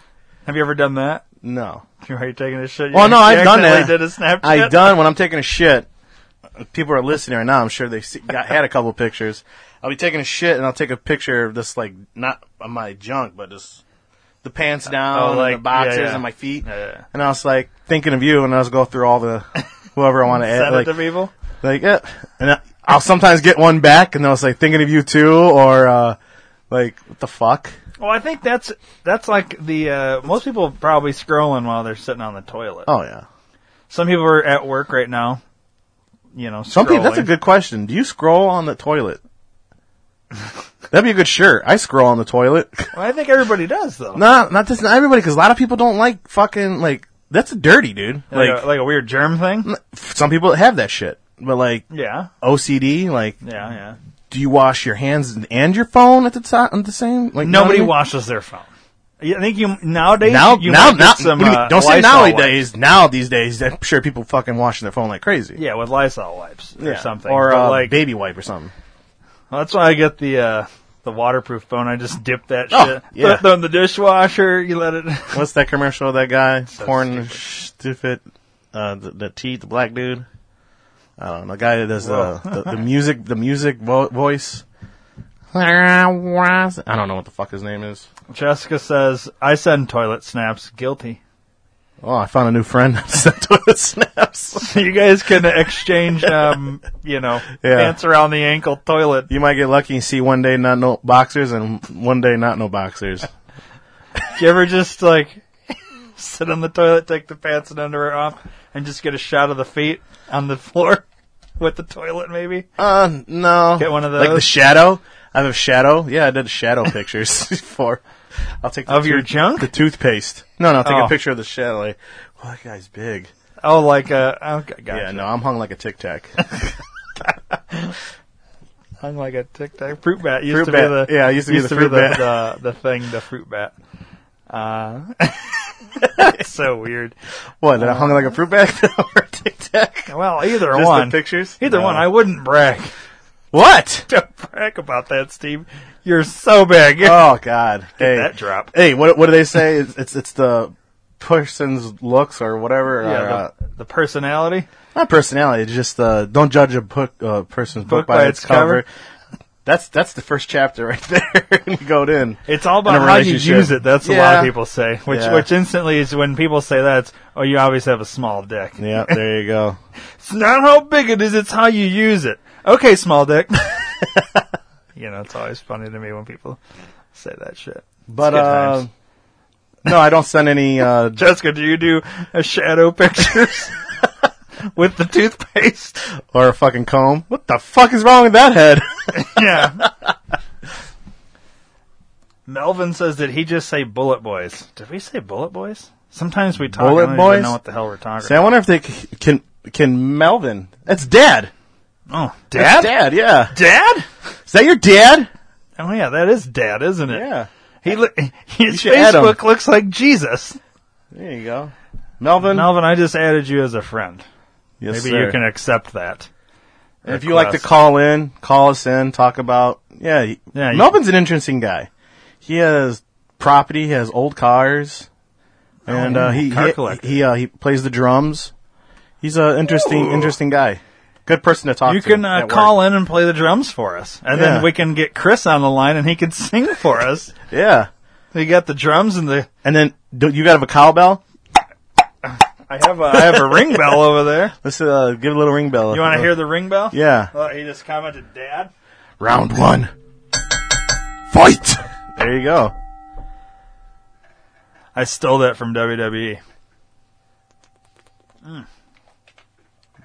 A: Have you ever done that?
D: No.
A: While you're taking a shit?
D: Well,
A: you
D: no, I've done
A: accidentally
D: that.
A: Did a Snapchat?
D: I done when I'm taking a shit. People are listening right now. I'm sure they see, got, had a couple pictures. I'll be taking a shit and I'll take a picture of this like not of my junk, but just the pants down,
A: Oh, like-
D: and the boxers,
A: yeah, yeah.
D: and my feet.
A: Yeah.
D: And I was like thinking of you, and I was go through all the whoever I want to add,
A: Send
D: like
A: it to people.
D: like yeah. And I, I'll sometimes get one back, and I was like thinking of you too, or uh, like what the fuck.
A: Well, I think that's that's like the uh, most people probably scrolling while they're sitting on the toilet.
D: Oh yeah.
A: Some people are at work right now. You know,
D: Some people.
A: scrolling.
D: That's a good question. Do you scroll on the toilet? That'd be a good shirt. I scroll on the toilet.
A: Well, I think everybody does though.
D: no, not just not everybody, because a lot of people don't like fucking like that's dirty, dude.
A: like
D: Like,
A: a, like a weird germ thing.
D: some people have that shit, but like
A: Yeah,
D: OCD, like
A: yeah, yeah.
D: do you wash your hands and your phone at the time at the same? Like you know what
A: Nobody
D: I mean?
A: washes their phone. Yeah, I think you nowadays.
D: Now,
A: you
D: now,
A: might get
D: now,
A: some,
D: what do you mean?
A: uh,
D: don't say
A: Lysol
D: nowadays. Now these days, I'm sure people fucking washing their phone like crazy.
A: Yeah, with Lysol wipes or something,
D: or
A: But,
D: uh,
A: like
D: baby wipe or something.
A: well, that's why I get the uh, the waterproof phone. I just dip that
D: Oh,
A: shit.
D: yeah.
A: Throw- Throw it in the dishwasher. You let it.
D: What's that commercial? of That guy porn
A: stupid.
D: stupid, uh, the, the teeth, the black dude. I don't know. The guy that does uh, the the music, the music vo- voice. I don't know what the fuck his name is.
A: Jessica says, "I send toilet snaps. Guilty."
D: Oh, I found a new friend. Sent to the snaps.
A: you guys can exchange, um, you know,
D: Yeah.
A: pants around the ankle toilet.
D: You might get lucky and see one day not no boxers and one day not no boxers.
A: Do you ever just like sit on the toilet, take the pants and underwear off, and just get a shot of the feet on the floor with the toilet? Maybe
D: Uh, no.
A: Get one of
D: Like the
A: those?
D: shadow. I have a shadow. Yeah, I did shadow pictures before. I'll take the
A: Of your
D: tooth-
A: junk?
D: the toothpaste. No, no, I'll take
A: Oh.
D: a picture of the shadow. Like, well, that guy's big.
A: oh, like uh, okay, gotcha.
D: Yeah, no, I'm hung like a tic tac.
A: hung like a tic tac fruit bat. Used
D: Fruit
A: to
D: bat.
A: be the
D: Yeah, it used to be the fruit bat.
A: the, the the thing, the fruit bat. Uh, it's so weird.
D: what? That I hung like a fruit bag or tic tac?
A: Well, either
D: Just
A: one.
D: the pictures.
A: Either
D: No.
A: one. I wouldn't brag.
D: what?
A: Don't brag about that, Steve. You're so big.
D: Oh God! hey,
A: that drop.
D: Hey, what what do they say? It's it's, it's the person's looks or whatever. or,
A: yeah,
D: uh,
A: the, the personality.
D: not personality. It's just uh, don't judge a book uh, person's
A: Book
D: book,
A: by its cover.
D: That's that's the first chapter right there. and you go in.
A: It's all
D: In
A: about
D: a
A: how you
D: relationship.
A: use it. That's what a lot of
D: Yeah.
A: people say, which
D: Yeah.
A: which instantly is when people say that. It's, oh, you obviously have a small dick.
D: Yeah, there you go.
A: It's not how big it is; it's how you use it. Okay, small dick. you know, it's always funny to me when people say that shit.
D: But
A: good
D: uh,
A: times.
D: no, I don't send any. Uh,
A: Jessica, do you do a shadow pictures with the toothpaste?
D: or a fucking comb. What the fuck is wrong with that head?
A: Yeah. Melvin says, "Did he just say bullet boys? Did we say bullet boys? Sometimes we talk.
D: Bullet
A: I don't
D: boys?
A: even know what the hell we're talking.
D: See, I wonder if they c- can can Melvin. That's dad.
A: about. Oh,
D: That's
A: dad,
D: dad. Yeah.
A: dad.
D: Is that your dad?
A: Oh yeah, that is dad, isn't it?
D: Yeah.
A: He lo- his
D: should add him.
A: Facebook looks like Jesus.
D: There you go. Melvin.
A: Melvin, I just added you as a friend.
D: Yes,
A: Maybe
D: sir.
A: you can accept that.
D: If you like to
A: request.
D: call in, call us in. Talk about. Yeah. he-
A: Yeah, you-
D: Melvin's an interesting guy. He has property. He has old cars. and uh, he
A: Oh, car
D: he
A: collector.
D: he, uh, he plays the drums. He's an interesting interesting guy. Good person to talk
A: You
D: to.
A: can uh,
D: at
A: call
D: work.
A: in and play the drums for us, and
D: Yeah.
A: then we can get Chris on the line, and he can sing for us.
D: Yeah,
A: We got the drums and the.
D: and then do, you got have a cowbell.
A: I have a, I have a ring bell over there.
D: Let's uh, give a little ring bell. Uh,
A: You want to hear the ring bell?
D: Yeah.
A: Well, he just commented, "Dad."
D: Round one. Fight. There you go.
A: I stole that from E. WWE.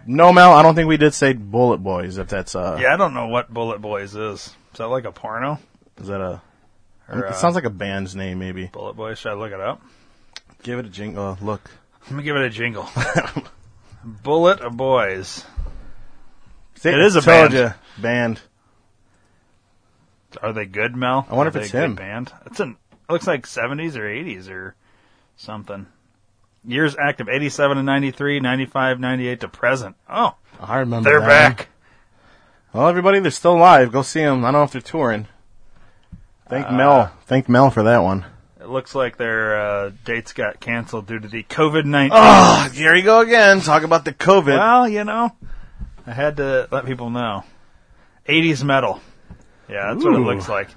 D: No, Mel. I don't think we did say Bullet Boys. If that's uh,
A: Yeah, I don't know what Bullet Boys is. Is that like a porno?
D: is that a?
A: Or, uh,
D: it sounds like a band's name, maybe.
A: Bullet Boys. Should I look it up?
D: Give it a jingle. Look.
A: Let me give it a jingle. Bullet Boys.
D: See,
A: It is a
D: told
A: band.
D: ya. Band.
A: Are they good, Mel?
D: I wonder
A: Are
D: if it's
A: they a good
D: him.
A: Band. It's an. It looks like seventies or eighties or something. Years active: eighty-seven and 93, 95, 98 to present. Oh,
D: I remember.
A: they're
D: that
A: back.
D: one. Well, everybody, they're still alive. Go see them. I don't know if they're touring. Thank Mel. Thank Mel for that one.
A: It looks like their uh, dates got canceled due to the COVID nineteen.
D: Oh, here you go again. Talk about the COVID.
A: Well, you know, I had to let people know. 80s metal. Yeah, that's what it
D: Ooh.
A: looks like.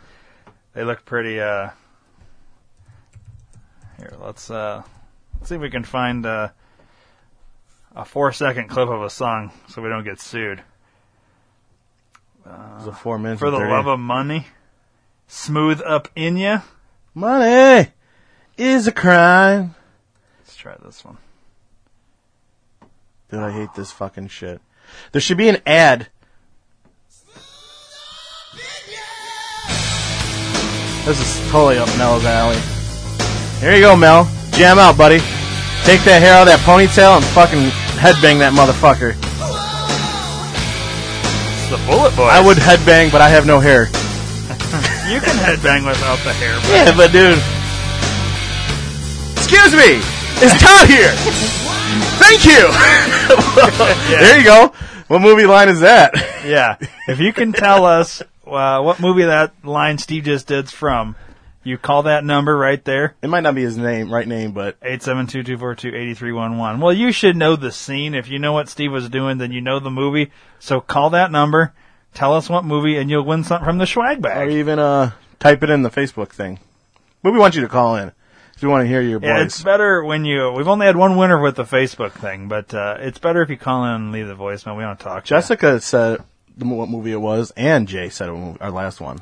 A: They look pretty. uh Here, let's uh let's see if we can find uh, a four-second clip of a song so we don't get sued.
D: It was a four minutes
A: For the love of money, smooth up in ya.
D: money is a crime.
A: Let's try this one.
D: Dude, I hate this fucking shit. There should be an ad. This is totally up Mel's alley. Here you go, Mel. Jam out, buddy. Take that hair out of that ponytail and fucking headbang that motherfucker.
A: It's the Bullet Boys.
D: I would headbang, but I have no hair.
A: You can headbang without the hair. But
D: Yeah, but dude. Excuse me! Is Todd here? Thank you! There you go. What movie line is that?
A: Yeah. If you can tell us uh, what movie that line Steve just did's from, you call that number right there,
D: It might not be his name, right name, but
A: 872-242-8311. Well, you should know the scene. If you know what Steve was doing, then you know the movie. So call that number, tell us what movie, and you'll win something from the swag
D: or
A: bag.
D: even uh, type it in the Facebook thing. But we want you to call in. 'cause We want to hear your
A: Yeah, it's
D: voice.
A: better when you. We've only had one winner with the Facebook thing, but uh, it's better if you call in and leave the voicemail. We don't talk. to you.
D: Jessica said the, mo- what movie it was, and Jay said it was our last one.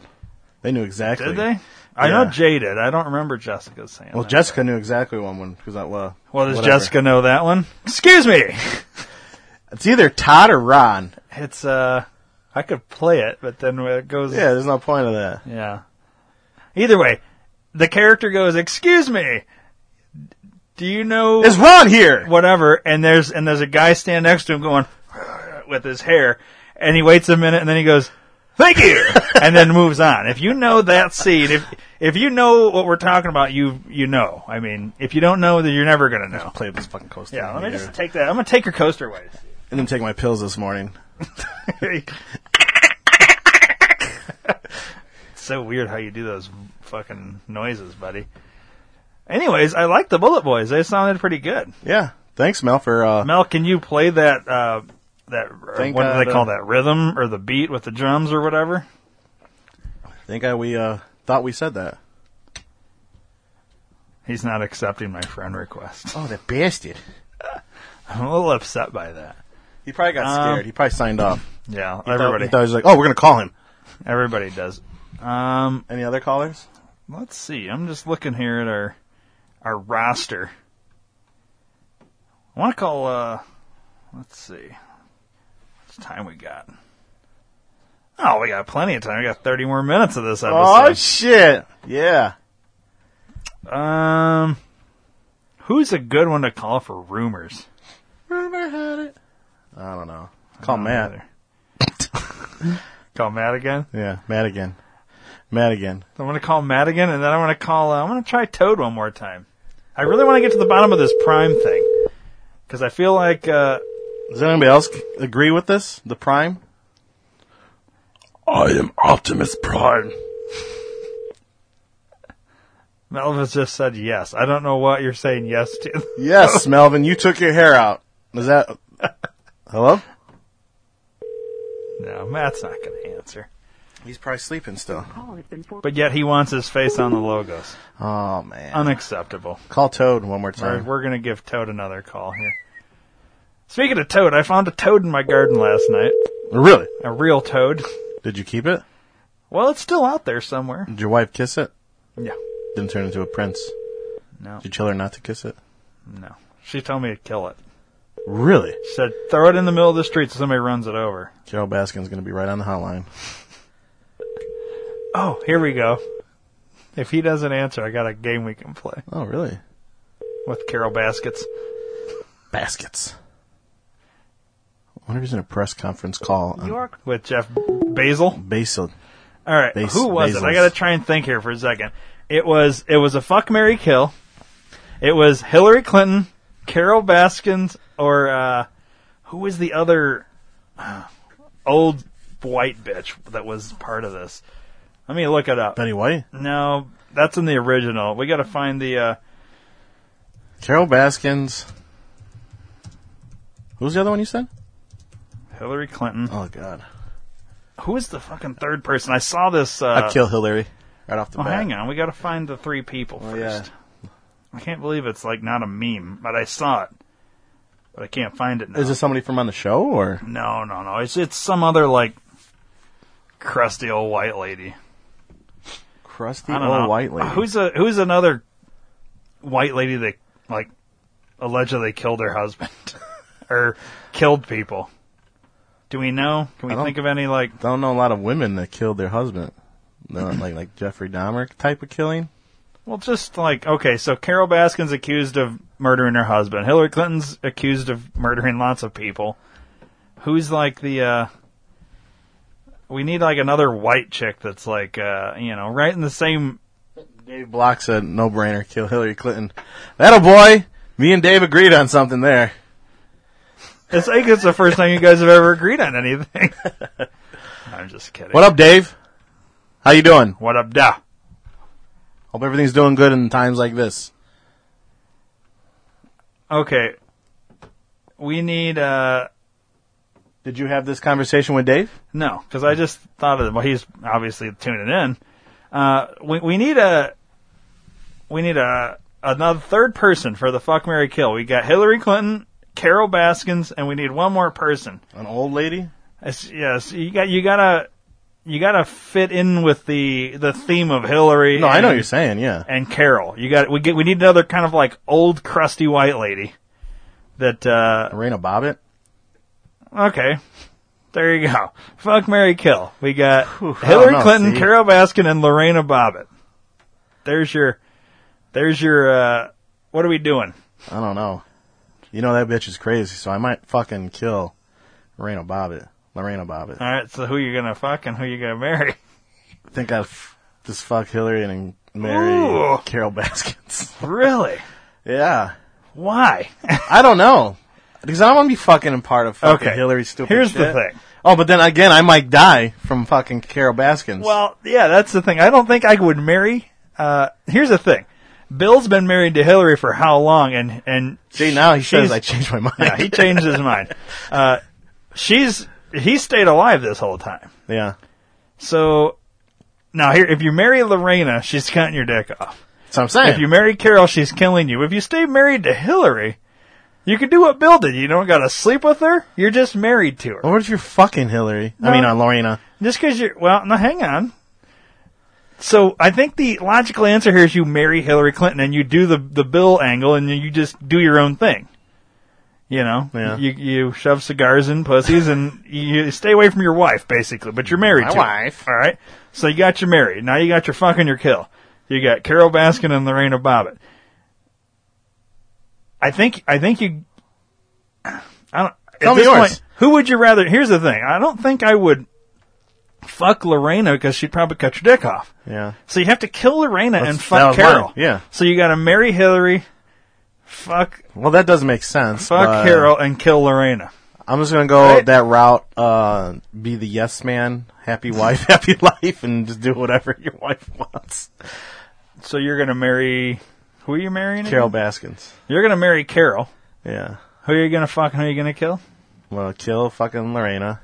D: They knew exactly.
A: did they? I know
D: Yeah.
A: Jay did. I don't remember Jessica saying.
D: Well,
A: that.
D: Jessica knew exactly one one because I well.
A: well, does
D: whatever.
A: Jessica know that one? Excuse me.
D: It's either Todd or Ron.
A: It's uh, I could play it, but then it goes.
D: Yeah, there's no point of that.
A: Yeah. Either way, the character goes, "Excuse me, do you know
D: Is Ron here?
A: whatever?" And there's and there's a guy standing next to him going with his hair, and he waits a minute, and then he goes, "Thank you," and then moves on. If you know that scene, if if you know what we're talking about, you you know. I mean, if you don't know, then you're never gonna know.
D: Play with this fucking coaster.
A: Yeah, let me
D: here.
A: just take that. I'm gonna take your coaster away.
D: and then take my pills this morning.
A: It's so weird how you do those fucking noises, buddy. Anyways, I like the Bullet Boys. They sounded pretty good.
D: Yeah. Thanks, Mel, for uh,
A: Mel, can you play that? Uh, that or
D: Thank
A: what do
D: God,
A: they call
D: uh,
A: that? Rhythm or the beat with the drums or whatever?
D: think I we uh, thought we said that.
A: He's not accepting my friend request.
D: Oh, that bastard.
A: I'm a little upset by that.
D: He probably got
A: Um,
D: scared. He probably signed off.
A: Yeah,
D: He thought-
A: everybody,
D: he thought he was like, "Oh, we're gonna call him."
A: everybody does. Um,
D: Any other callers?
A: Let's see. I'm just looking here at our our roster. I want to call. uh Let's see. What's time we got? Oh, we got plenty of time. We got 30 more minutes of this
D: Oh
A: episode.
D: shit! Yeah.
A: um, who's a good one to call for rumors?
D: Rumor had it. I don't know. Call Matt.
A: Matt. call Matt again.
D: Yeah, Matt again. Matt again.
A: I'm gonna call Matt again, and then I'm gonna call. Uh, I'm gonna try Toad one more time. I really want to get to the bottom of this Prime thing because I feel like. uh
D: Does anybody else c- agree with this? The Prime.
B: I am Optimus Prime.
A: Melvis just said yes. I don't know what you're saying yes to.
D: Yes, Melvin, you took your hair out. Is that hello?
A: no, Matt's not going to answer.
D: He's probably sleeping still.
A: But yet he wants his face on the logos.
D: Oh man,
A: Unacceptable.
D: call Toad one more
A: All right,
D: time.
A: we're going to give Toad another call here. Speaking of Toad, I found a Toad in my garden last night.
D: Really?
A: A real Toad.
D: Did you keep it?
A: Well, it's still out there somewhere.
D: Did your wife kiss it?
A: Yeah.
D: Didn't turn into a prince.
A: No.
D: Did you tell her not to kiss it?
A: No. She told me to kill it.
D: Really?
A: She said, throw it in the middle of the street so somebody runs it over.
D: Carol Baskin's gonna be right on the hotline.
A: Oh, here we go. If he doesn't answer, I got a game we can play
D: Oh really?
A: with Carol Baskets.
D: Baskets. I wonder if he's in a press conference call on
A: York with Jeff Basil.
D: Basil.
A: All right,
D: Bas-
A: who was it? I
D: Basils.
A: got to try and think here for a second. It was it was a fuck Mary kill. It was Hillary Clinton, Carol Baskins, or uh, who was the other uh, old white bitch that was part of this? Let me look it up.
D: Betty White?
A: No, that's in the original. We got to find the. Uh,
D: Carol Baskins. Who's the other one you said?
A: Hillary Clinton.
D: Oh God.
A: Who is the fucking third person? I saw this. Uh,
D: I'd kill Hillary right off the
A: Well,
D: bat.
A: hang on. We got to find the three people
D: Well, yeah.
A: first. I can't believe it's like not a meme, but I saw it, but I can't find it now.
D: Is this somebody from on the show or
A: no, no, no. It's it's some other like crusty old white lady.
D: crusty
A: I don't know.
D: old white lady?
A: Who's a who's another white lady that like allegedly killed her husband or killed people? Do we know? Can we
D: I don't-
A: think of any like?
D: Don't know a lot of women that killed their husband. No, like like Jeffrey Dahmer type of killing.
A: Well, just like okay, so Carol Baskin's accused of murdering her husband. Hillary Clinton's accused of murdering lots of people. Who's like the? uh We need like another white chick that's like uh you know right in the same.
D: Dave Block said no brainer, kill Hillary Clinton. That'll boy. Me and Dave agreed on something there.
A: It's like it's the first time you guys have ever agreed on anything. I'm just kidding.
D: What up, Dave? How you doing?
A: What up, da?
D: Hope everything's doing good in times like this.
A: Okay, we need uh
D: Did you have this conversation with Dave?
A: no because I just thought of it. Well, he's obviously tuning in. Uh, we we need a we need a another third person for the fuck Mary kill. We got Hillary Clinton, Carol Baskins, and we need one more person.
D: An old lady?
A: It's, yes, you got you gotta you gotta fit in with the the theme of Hillary.
D: No, I know
A: and-
D: what you're saying, yeah.
A: and Carol. You got we get we need another kind of like old crusty white lady. That uh
D: Arena Bobbitt?
A: okay. There you go. Fuck Mary Kill. We got
D: I
A: Hillary
D: don't know,
A: Clinton,
D: see?
A: Carol Baskin, and Lorena Bobbitt. There's your there's your uh what are we doing?
D: I don't know. You know that bitch is crazy, so I might fucking kill Lorena Bobbitt. Lorena Bobbitt. I
A: Alright, so who you gonna fuck and who you gonna marry?
D: think I'd f- just fuck Hillary and marry
A: Ooh.
D: Carol Baskins.
A: Really?
D: yeah.
A: Why?
D: I don't know. Because I don't want to be fucking a part of fucking
A: Okay.
D: Hillary stupid
A: Here's the
D: shit.
A: thing.
D: Oh, but then again, I might die from fucking Carol Baskins.
A: Well, yeah, that's the thing. I don't think I would marry uh here's the thing. Bill's been married to Hillary for how long and and
D: See, now he
A: she's-
D: says I changed my mind.
A: Yeah, he changed his mind. Uh, she's he stayed alive this whole time.
D: yeah.
A: So now here, if you marry Lorena, she's cutting your dick off.
D: That's what I'm saying.
A: If you marry Carol, she's killing you. If you stay married to Hillary, you can do what Bill did. You don't got to sleep with her. You're just married to her.
D: Well, what if you're fucking Hillary? I mean,
A: No.
D: uh, Lorena.
A: Just because you're well, now hang on. So I think the logical answer here is you marry Hillary Clinton and you do the the Bill angle and you just do your own thing. You know,
D: Yeah.
A: you you shove cigars in pussies and you stay away from your wife basically, but you're married
D: My
A: to her.
D: wife.
A: All right, so you got your married. Now you got your fucking your kill. You got Carol Baskin and Lorena Bobbitt. I think I think you. I don't.
D: Tell
A: at
D: me
A: this
D: yours.
A: point, who would you rather? Here's the thing. I don't think I would fuck Lorena because she'd probably cut your dick off.
D: Yeah.
A: So you have to kill Lorena
D: That's-
A: and
D: that
A: fuck
D: was
A: Carol.
D: mine, yeah.
A: So you got to marry Hillary, fuck
D: Well, that does make sense.
A: fuck
D: but
A: Carol, and kill Lorena.
D: I'm just gonna go
A: Right?
D: that route. Uh, be the yes man, happy wife, happy life, and just do whatever your wife wants.
A: So you're gonna marry who are you marrying? again?
D: Carol Baskins.
A: You're gonna marry Carol.
D: Yeah.
A: Who are you gonna fuck and who are you gonna kill?
D: Well, kill fucking Lorena.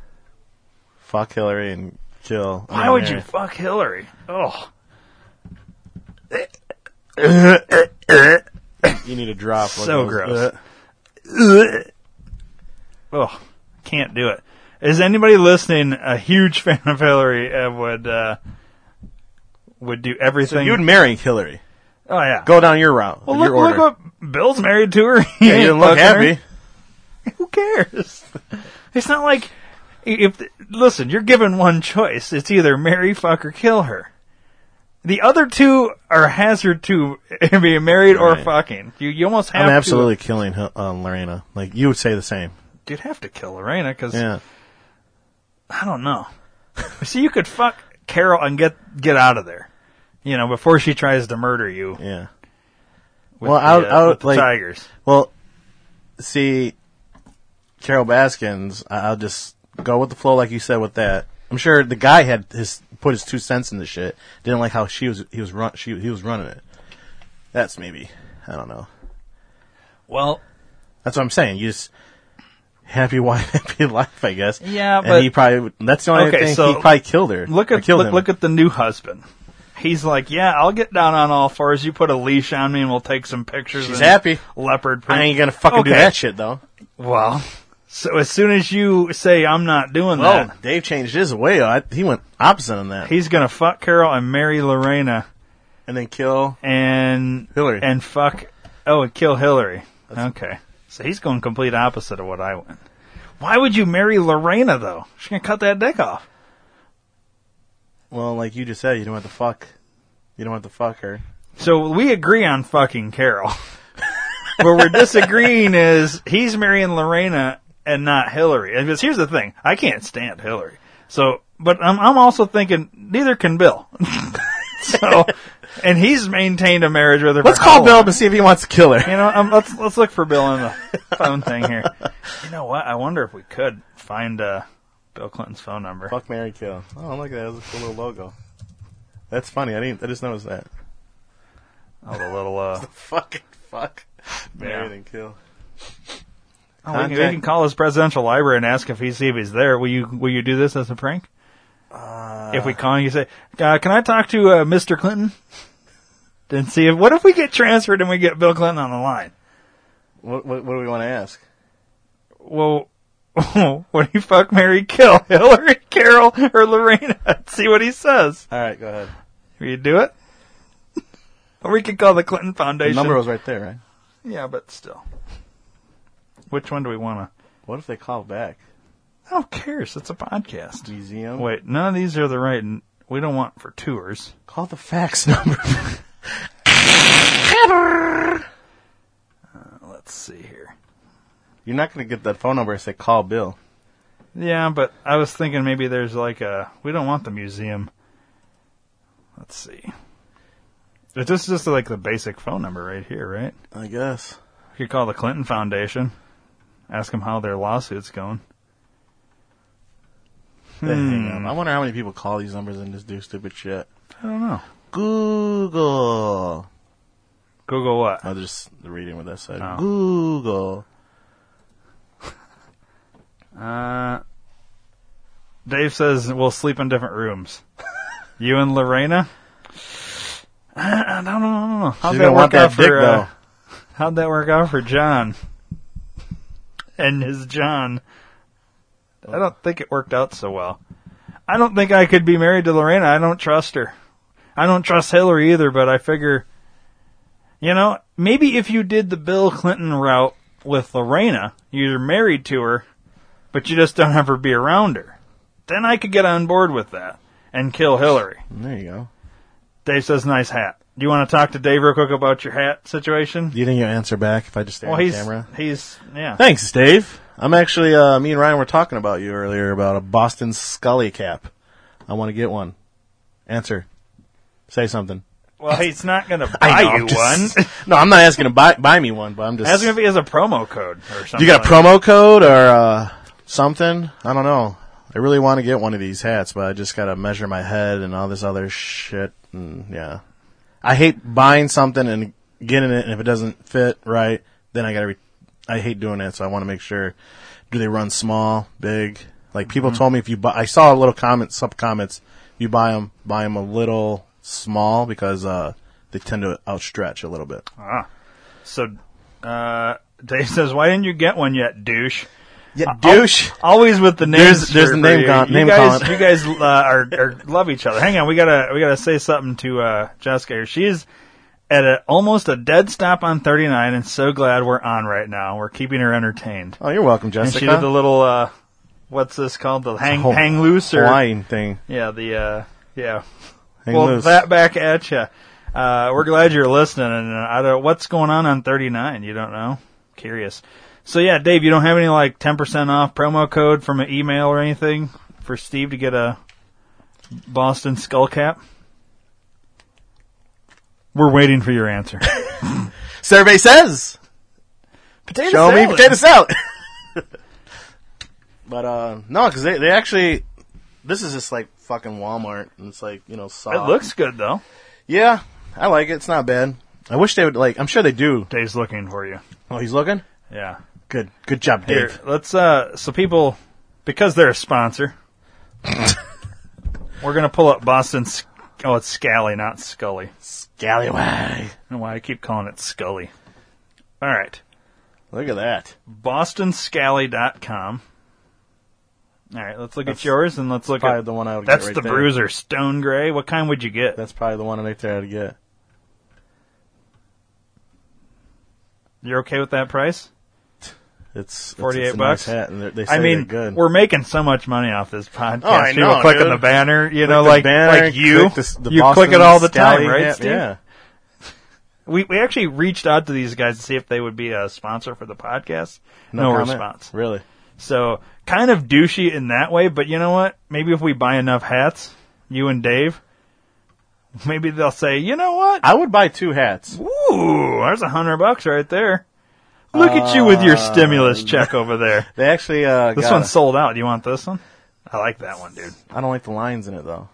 D: Fuck Hillary and kill.
A: Why would you fuck Hillary? Oh,
D: You need a drop. one
A: So
D: of those.
A: gross. oh, can't do it. Is anybody listening a huge fan of Hillary and would uh, would do everything?
D: So you'd marry Hillary.
A: oh yeah.
D: Go down your route.
A: well,
D: your
A: look,
D: order.
A: look what Bill's married to her. He
D: Yeah, you
A: ain't
D: didn't look
A: fucking her.
D: happy.
A: Who cares? It's not like if listen, you're given one choice. It's either marry, fuck, or kill her. The other two are a hazard to being married or
D: Right.
A: fucking. You you almost have
D: I'm
A: to-
D: absolutely killing Hil- uh, Lorena. Like you would say the same.
A: you'd have to kill Lorena because
D: Yeah.
A: I don't know. See, you could fuck Carol and get get out of there, you know, before she tries to murder you.
D: Yeah.
A: With
D: Well,
A: the,
D: I would-
A: uh,
D: I would,
A: with the
D: like-
A: tigers.
D: Well, see, Carol Baskins, I- I'll just go with the flow, like you said, with that. I'm sure the guy had his put his two cents in the shit. Didn't like how she was he was run she he was running it. That's maybe I don't know.
A: Well,
D: That's what I'm saying. You just happy wife, happy life, I guess.
A: Yeah,
D: and
A: but-
D: he probably would- that's the only
A: Okay,
D: thing
A: so
D: he probably killed her.
A: look
D: or
A: at
D: killed
A: look,
D: him.
A: look at the new husband. He's like, yeah, I'll get down on all fours. You put a leash on me, and we'll take some pictures.
D: She's
A: in
D: happy.
A: Leopard print.
D: I ain't gonna fucking do
A: Okay.
D: that shit though.
A: Well, so as soon as you say I'm not doing
D: Well,
A: that,
D: Dave changed his way. I, he went opposite on that,
A: he's gonna fuck Carol and marry Lorena
D: and then kill
A: and
D: Hillary.
A: and fuck oh and kill Hillary. okay, so he's going complete opposite of what I went. Why would you marry Lorena though? She's gonna cut that dick off.
D: Well, like you just said, you don't have to fuck. You don't have to fuck her.
A: So we agree on fucking Carol. Where we're disagreeing is he's marrying Lorena and not Hillary. And because here's the thing, I can't stand Hillary. So, but I'm I'm also thinking neither can Bill. so, and he's maintained a marriage with her.
D: Let's
A: for
D: call
A: how
D: Bill
A: long?
D: up and see if he wants to kill her.
A: You know, um, let's let's look for Bill on the phone thing here. You know what? I wonder if we could find uh, Bill Clinton's phone number.
D: Fuck Mary Kill. Oh, look at that. That's a cool little logo. That's funny. I didn't. I just noticed that.
A: Oh, the little. Uh,
D: Fuck. Fuck. Mary
A: Yeah.
D: and kill.
A: oh, we, can, we
D: Contact-
A: can call his presidential library and ask if he see if he's there. Will you will you do this as a prank? if we call and you say, uh, "Can I talk to uh, Mr. Clinton?" Then see if what if we get transferred and we get Bill Clinton on the line.
D: What, what, what do we want to ask?
A: Well, what do you fuck, Mary, kill Hillary, Carol, or Lorena? see what he says.
D: All right, go ahead.
A: Will you do it? or we could call the Clinton
D: The
A: Foundation.
D: number was right there, right?
A: yeah, but still. Which one do we want to?
D: What if they call back?
A: Who cares? It's a podcast.
D: Museum.
A: Wait, none of these are the right. n- We don't want for tours.
D: Call the fax number.
A: Let's see here.
D: You're not going to get that phone number and say call Bill.
A: Yeah, but I was thinking maybe there's like a we don't want the museum. Let's see. But This is just like the basic phone number right here, right?
D: I guess.
A: You could call the Clinton Foundation, ask them how their lawsuit's going.
D: They hang up. I wonder how many people call these numbers and just do stupid shit.
A: I don't know.
D: Google.
A: Google what?
D: I just reading what that said.
A: Oh.
D: Google.
A: Uh, Dave says we'll sleep in different rooms. you and Lorena. I, I don't know. I don't know. How'd
D: She's
A: that
D: gonna
A: work
D: want that
A: out
D: dick
A: for, uh,
D: though.
A: How'd that work out for John? And his John. I don't think it worked out so well. I don't think I could be married to Lorena. I don't trust her. I don't trust Hillary either, but I figure, you know, maybe if you did the Bill Clinton route with Lorena, you're married to her, but you just don't ever be around her. Then I could get on board with that and kill Hillary.
D: There you go.
A: Dave says, nice hat. Do you want to talk to Dave real quick about your hat situation?
D: You didn't get an answer back if I just stared
A: Well,
D: at the
A: he's
D: camera.
A: he's yeah.
D: Thanks, Dave. I'm actually. Uh, me and Ryan were talking about you earlier about a Boston Scully cap. I want to get one. Answer. Say something.
A: Well, he's not going to buy
D: know,
A: you
D: I'm just-
A: one.
D: no, I'm not asking to buy buy me one, but I'm just.
A: That's going to be as a promo code or something.
D: you got a promo code or uh, something? I don't know. I really want to get one of these hats, but I just gotta measure my head and all this other shit. And yeah, I hate buying something and getting it, and if it doesn't fit right, then I gotta. Re- I hate doing it, so I want to make sure. Do they run small, big? Like people
A: Mm-hmm.
D: told me, if you buy, I saw a little comment, sub comments. You buy them, buy them a little small because uh, they tend to outstretch a little bit.
A: Uh, So, uh, Dave says, "Why didn't you get one yet, douche?" uh,
D: Yeah, douche.
A: Always with the name.
D: There's- there's the name con-
A: you
D: name
A: guys,
D: con.
A: you guys uh, are, are love each other. Hang on, we gotta we gotta say something to uh, Jessica here. She's at a, almost a dead stop on 39, and so glad we're on right now. We're keeping her entertained.
D: Oh, you're welcome,
A: And
D: Jessica.
A: she did the little uh, what's this called? The hang
D: Hawaiian
A: hang loose or
D: Hawaiian thing.
A: yeah the uh, yeah.
D: Hang
A: well,
D: loose.
A: that back at you. Uh, we're glad you're listening. And uh, I don't what's going on on 39. You don't know? Curious. So yeah, Dave, you don't have any like 10% off promo code from an email or anything for Steve to get a Boston skull cap. We're waiting for your answer.
D: survey says.
A: potato
D: Show
A: salad.
D: me potato salad. but uh, no, because they, they actually, this is just like fucking Walmart, and it's like you know soft.
A: It looks good though.
D: Yeah, I like it. It's not bad. I wish they would like. I'm sure they do.
A: Dave's looking for you.
D: Oh, he's looking.
A: Yeah.
D: Good. Good job,
A: Here,
D: Dave.
A: let's uh so people because they're a sponsor we're gonna pull up Boston Sc- oh it's Scally, not Scully. I
D: Scallywag.
A: don't know why I keep calling it Scully. Alright.
D: Look at that.
A: BostonScally.com. Alright, let's look at yours and let's look
D: Probably
A: at
D: the one I would
A: That's
D: get right
A: the
D: there.
A: bruiser, stone gray. What kind would you get?
D: That's probably the one right there I'd get.
A: You're okay with that price?
D: It's it's-
A: 48
D: it's a
A: bucks?
D: Nice hat, and they're- they say
A: I mean,
D: they're good.
A: we're making so much money off this podcast.
D: Oh, I
A: People
D: know,
A: click on
D: dude.
A: the banner, you know,
D: the
A: like
D: banner,
A: like you,
D: click the- the
A: you click
D: Boston
A: it all the
D: Scally
A: time, right?
D: hat,
A: Steve?
D: Yeah.
A: We we actually reached out to these guys to see if they would be a sponsor for the podcast. No,
D: comment.
A: response.
D: Really.
A: So kind of douchey in that way, but you know what? Maybe if we buy enough hats, you and Dave, maybe they'll say, you know what?
D: I would buy two hats.
A: Ooh, there's a hundred bucks right there. Look at you with your
D: Um,
A: stimulus check over there.
D: They actually uh,
A: This
D: got
A: one's sold out. Do you want this one? I like that one, dude.
D: I don't like the lines in it though.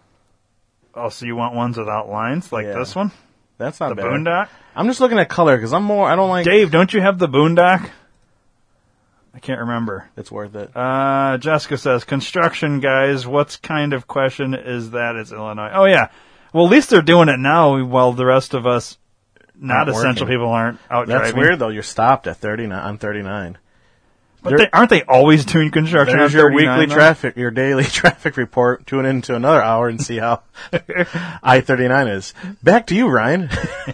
A: Oh, so you want ones without lines like
D: Yeah.
A: this one?
D: That's not
A: The
D: bad.
A: Boondock?
D: I'm just looking at color because I'm more. I don't like.
A: Dave, don't you have the Boondock? I can't remember.
D: It's worth it.
A: Uh, Jessica says, construction guys, what's kind of question is that? It's Illinois. Oh yeah. Well, at least they're doing it now while the rest of us not
D: Aren't
A: essential
D: working.
A: people aren't out
D: That's
A: driving.
D: weird though. You're stopped at 39. I'm 39.
A: But they, aren't they always doing construction?
D: There's
A: on
D: your
A: 39
D: weekly
A: though?
D: traffic, your daily traffic report. Tune in to another hour and see how I-39 is. Back to you, Ryan.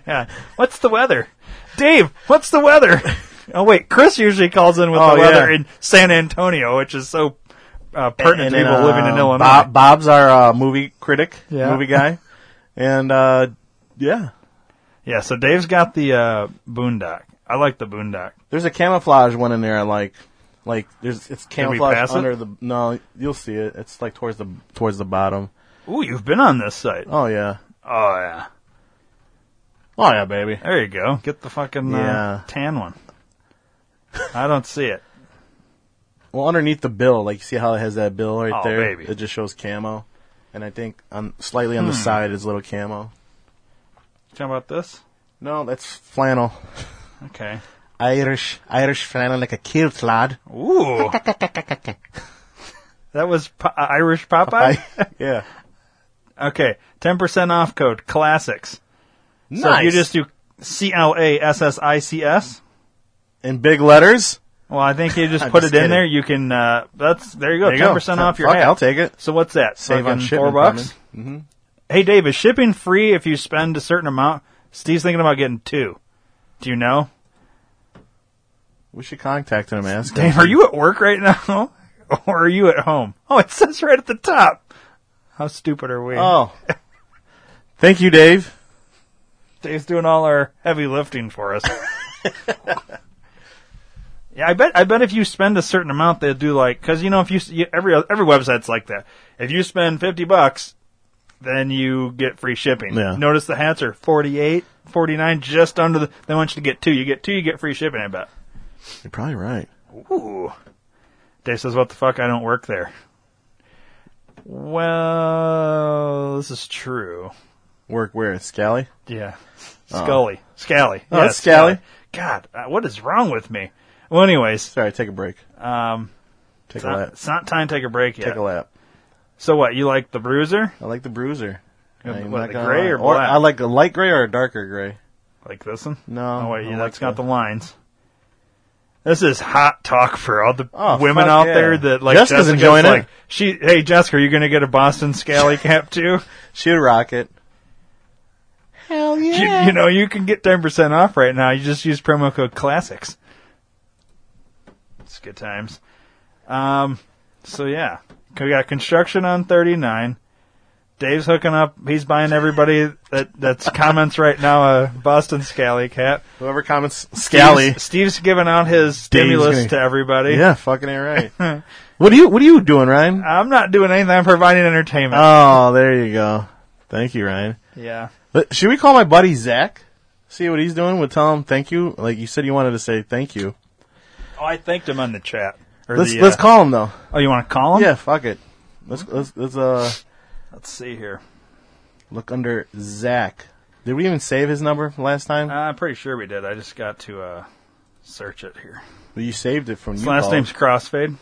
A: Yeah. What's the weather? Dave, what's the weather? oh wait, Chris usually calls in with
D: Oh,
A: the weather
D: yeah.
A: in San Antonio, which is so uh, pertinent
D: And
A: to
D: then,
A: people living in
D: uh,
A: Illinois.
D: Bob, Bob's our uh, movie critic,
A: Yeah.
D: movie guy, and uh, yeah,
A: Yeah. So Dave's got the uh, boondock. I like the boondock.
D: there's a camouflage one in there. I like. Like there's it's
A: we
D: camouflage
A: pass it?
D: under the no you'll see it it's like towards the towards the bottom
A: Ooh, you've been on this site.
D: oh yeah
A: Oh yeah.
D: oh yeah baby
A: There you go. Get the fucking
D: Yeah.
A: uh, tan one. I don't see it.
D: Well, underneath the bill, like you see how it has that bill right
A: Oh,
D: there.
A: baby. Hmm.
D: It just shows camo, and I think on slightly on the side is little camo.
A: How about this?
D: No, that's flannel,
A: Okay.
D: Irish, Irish flannel, like a kilt lad.
A: Ooh. that was po- uh, Irish Popeye.
D: yeah,
A: Okay, ten percent off code classics. So if you just do C L A S S I C S.
D: in big letters.
A: Well, I think you just
D: I'm
A: put
D: just
A: it in
D: kidding.
A: there. You can. Uh, that's there. You go.
D: There you go.
A: Ten percent off your
D: Fuck,
A: hat.
D: I'll take it.
A: So what's that?
D: Save on Mm-hmm.
A: Fucking
D: shipping,
A: four bucks. Hey, Dave, is shipping free if you spend a certain amount? Steve's thinking about getting two. Do you know?
D: We should contact him and ask him.
A: Dave, are you at work right now? Or are you at home? Oh, it says right at the top. How stupid are we?
D: Oh, thank you, Dave.
A: Dave's doing all our heavy lifting for us. yeah, I bet. I bet if you spend a certain amount, they'll do like because you know if you, s- you every every website's like that. If you spend fifty bucks, then you get free shipping.
D: Yeah.
A: Notice the hats are 48, 49, just under the. They want you to get two. You get two, you get free shipping. I bet.
D: You're probably right.
A: Ooh. Dave says, What the fuck? I don't work there. Well, this is true.
D: Work where? Scally?
A: Yeah. Scully. Scally.
D: Oh, that's Scally.
A: God, uh, what is wrong with me? Well, anyways,
D: Sorry, take a break.
A: um,
D: Take
A: it's
D: a
A: not,
D: lap.
A: it's not time to take a break yet.
D: Take a lap.
A: So what? You like the Bruiser?
D: I like the bruiser.
A: Yeah,
D: I'm
A: what,
D: not
A: the
D: gonna
A: gray
D: lie.
A: or black?
D: I like a light gray or a darker gray.
A: Like this one?
D: No,
A: Oh wait, yeah,
D: I like
A: that's got
D: the-
A: the lines. This is hot talk for all the
D: Oh,
A: women
D: fuck
A: out
D: yeah.
A: there that like
D: Jessica's enjoying it.
A: like, She, hey Jessica, are you gonna get a Boston Scally cap too?
D: She would rock it. Hell
A: You, you know, you can get ten percent off right now. You just use promo code Classics. It's good times. Um, so yeah, we got construction on thirty nine. Dave's hooking up. He's buying everybody that that's comments right now a Boston Scally cap.
D: Whoever comments Scally.
A: Steve's, Steve's giving out his stimulus
D: gonna-
A: to everybody.
D: Yeah, fucking ain't right. what are you What are you doing, Ryan?
A: I'm not doing anything. I'm providing entertainment.
D: Oh, there you go. Thank you, Ryan.
A: yeah.
D: But Should we call my buddy Zach? See what he's doing. We'll tell him thank you. Like you said, you wanted to say thank you.
A: Oh, I thanked him on the chat. Or
D: Let's
A: the,
D: Let's
A: uh,
D: call him though.
A: Oh, you want to call him?
D: Yeah, fuck it. Let's Let's Let's uh
A: Let's see here.
D: look under Zach. Did we even save his number from last time?
A: Uh, I'm pretty sure we did. I just got to uh, search it here.
D: you saved it from
A: His
D: you.
A: last
D: Paul.
A: name's Crossfade.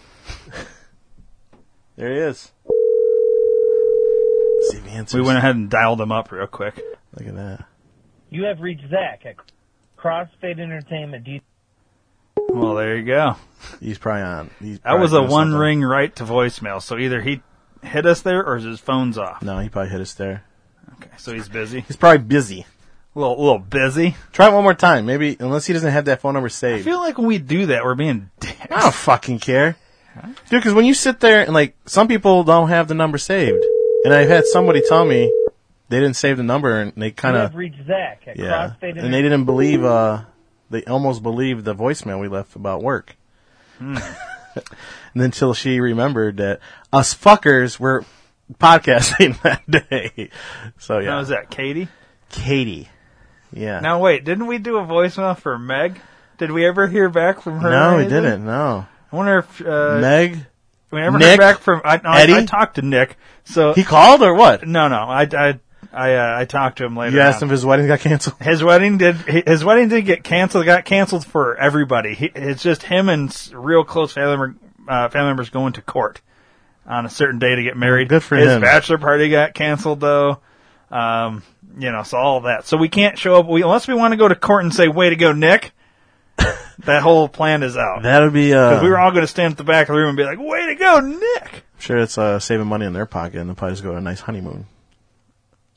D: There he is. See if he answers.
A: We went ahead and dialed him up real quick.
D: Look at that.
H: You have reached Zach at Crossfade Entertainment. Do you
A: Well, there you go.
D: He's probably on. He's
A: That
D: probably
A: was a
D: doing
A: one
D: something.
A: ring right to voicemail. So either he hit us there or his phone's off.
D: No, he probably hit us there.
A: Okay, so he's busy.
D: He's probably busy.
A: A little, little busy.
D: Try it one more time. Maybe unless he doesn't have that phone number
A: I
D: saved.
A: feel like when we do that, we're being dicks.
D: I don't fucking care, dude. Because when you sit there and like some people don't have the number saved, and I've had somebody tell me they didn't save the number and they kind
H: have
D: of
H: reached Zach at
D: yeah,
H: Crossfade
D: and they didn't believe. uh They almost believed the voicemail we left about work.
A: Hmm.
D: and until she remembered that us fuckers were podcasting that day. So yeah,
A: How was that, Katie?
D: Katie. Yeah.
A: Now wait, didn't we do a voicemail for Meg? Did we ever hear back from her? or
D: no, we
A: anything?
D: didn't. No.
A: I wonder if uh,
D: Meg,
A: we never heard
D: Nick?
A: back from. I, no, I, I
D: Eddie?
A: talked to Nick. So
D: he called or what?
A: no, no, I, I, I, uh, I talked to him later.
D: You asked
A: on.
D: him if his wedding got canceled.
A: His wedding did. he- His wedding did get canceled. Got canceled for everybody. He, it's just him and s- real close family member, uh, family members going to court on a certain day to get married.
D: Good for
A: his
D: him.
A: bachelor party got canceled though. Um, you know, so all that. So we can't show up. We unless we want to go to court and say, "Way to go, Nick." that whole plan is out.
D: That would be. Uh,
A: Because we were all going to stand at the back of the room and be like, "Way to go, Nick!"
D: I'm sure it's uh, saving money in their pocket, and they'll probably just go on a nice honeymoon.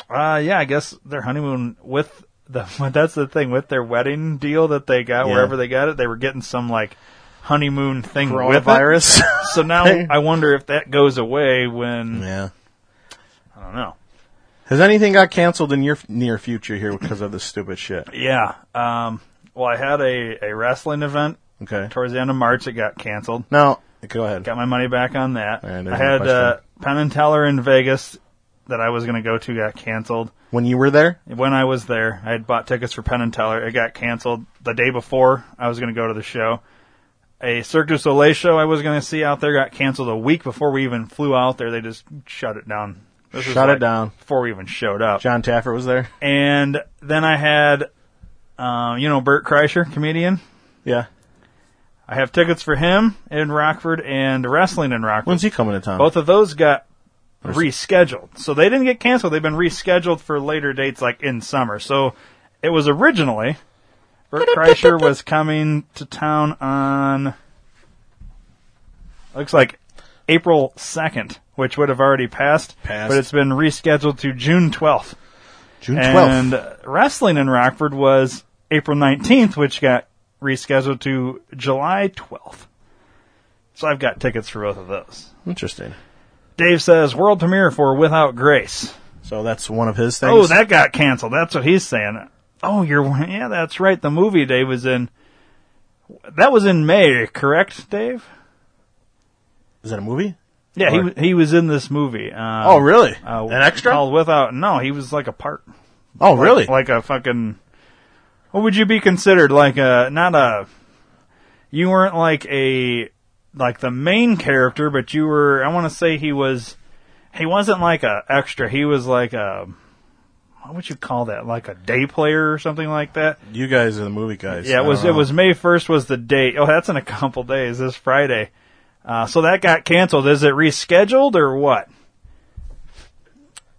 A: Uh, yeah, I guess their honeymoon with the that's the thing with their wedding deal that they got
D: Yeah.
A: wherever they got it, they were getting some like honeymoon thing with it.
D: Coronavirus.
A: So now I wonder if that goes away when
D: yeah.
A: I don't know.
D: Has anything got canceled in your f- near future here because of this stupid shit?
A: Yeah. Um. Well, I had a a wrestling event
D: Okay.
A: towards the end of March. It got canceled.
D: No. Go ahead.
A: Got my money back on that.
D: All right, there's
A: I
D: my
A: had uh,
D: question.
A: Penn and Teller in Vegas that I was going to go to got canceled.
D: When you were there,
A: when I was there, I had bought tickets for Penn and Teller. It got canceled the day before I was going to go to the show. A Cirque du Soleil show I was going to see out there got canceled a week before we even flew out there. They just shut it down. This was
D: Shut it
A: like
D: down.
A: before we even showed up.
D: John Taffer was there.
A: And then I had, um, you know, Bert Kreischer, comedian.
D: Yeah.
A: I have tickets for him in Rockford and wrestling in Rockford.
D: When's he coming to town?
A: Both of those got rescheduled. So they didn't get canceled. They've been rescheduled for later dates, like in summer. So it was originally Bert Kreischer was coming to town on looks like April second, which would have already passed,
D: Passed.
A: but it's been rescheduled to June twelfth.
D: June
A: And
D: 12th.
A: uh, wrestling in Rockford was April nineteenth, which got rescheduled to July twelfth. So I've got tickets for both of those.
D: Interesting.
A: Dave says world premiere for Without Grace.
D: So that's one of his things.
A: Oh, that got canceled. That's what he's saying. Oh, you're yeah, that's right. The movie Dave was in. That was in May, correct, Dave?
D: is that a movie?
A: Yeah, he
D: Or-
A: wa- he was in this movie. Uh,
D: Oh, really?
A: uh,
D: An extra?
A: Called Without. No, he was like a part.
D: oh, really?
A: Like a fucking. What would you be considered? Like a not a. You weren't like a like the main character, but you were. I want to say he was. He wasn't like a extra. He was like a. what would you call that? Like a day player or something like that?
D: You guys are the movie guys.
A: Yeah,
D: I
A: it was
D: don't
A: it
D: know.
A: was May first was the date. Oh, that's in a couple days. This Friday, uh, so that got canceled. Is it rescheduled or what?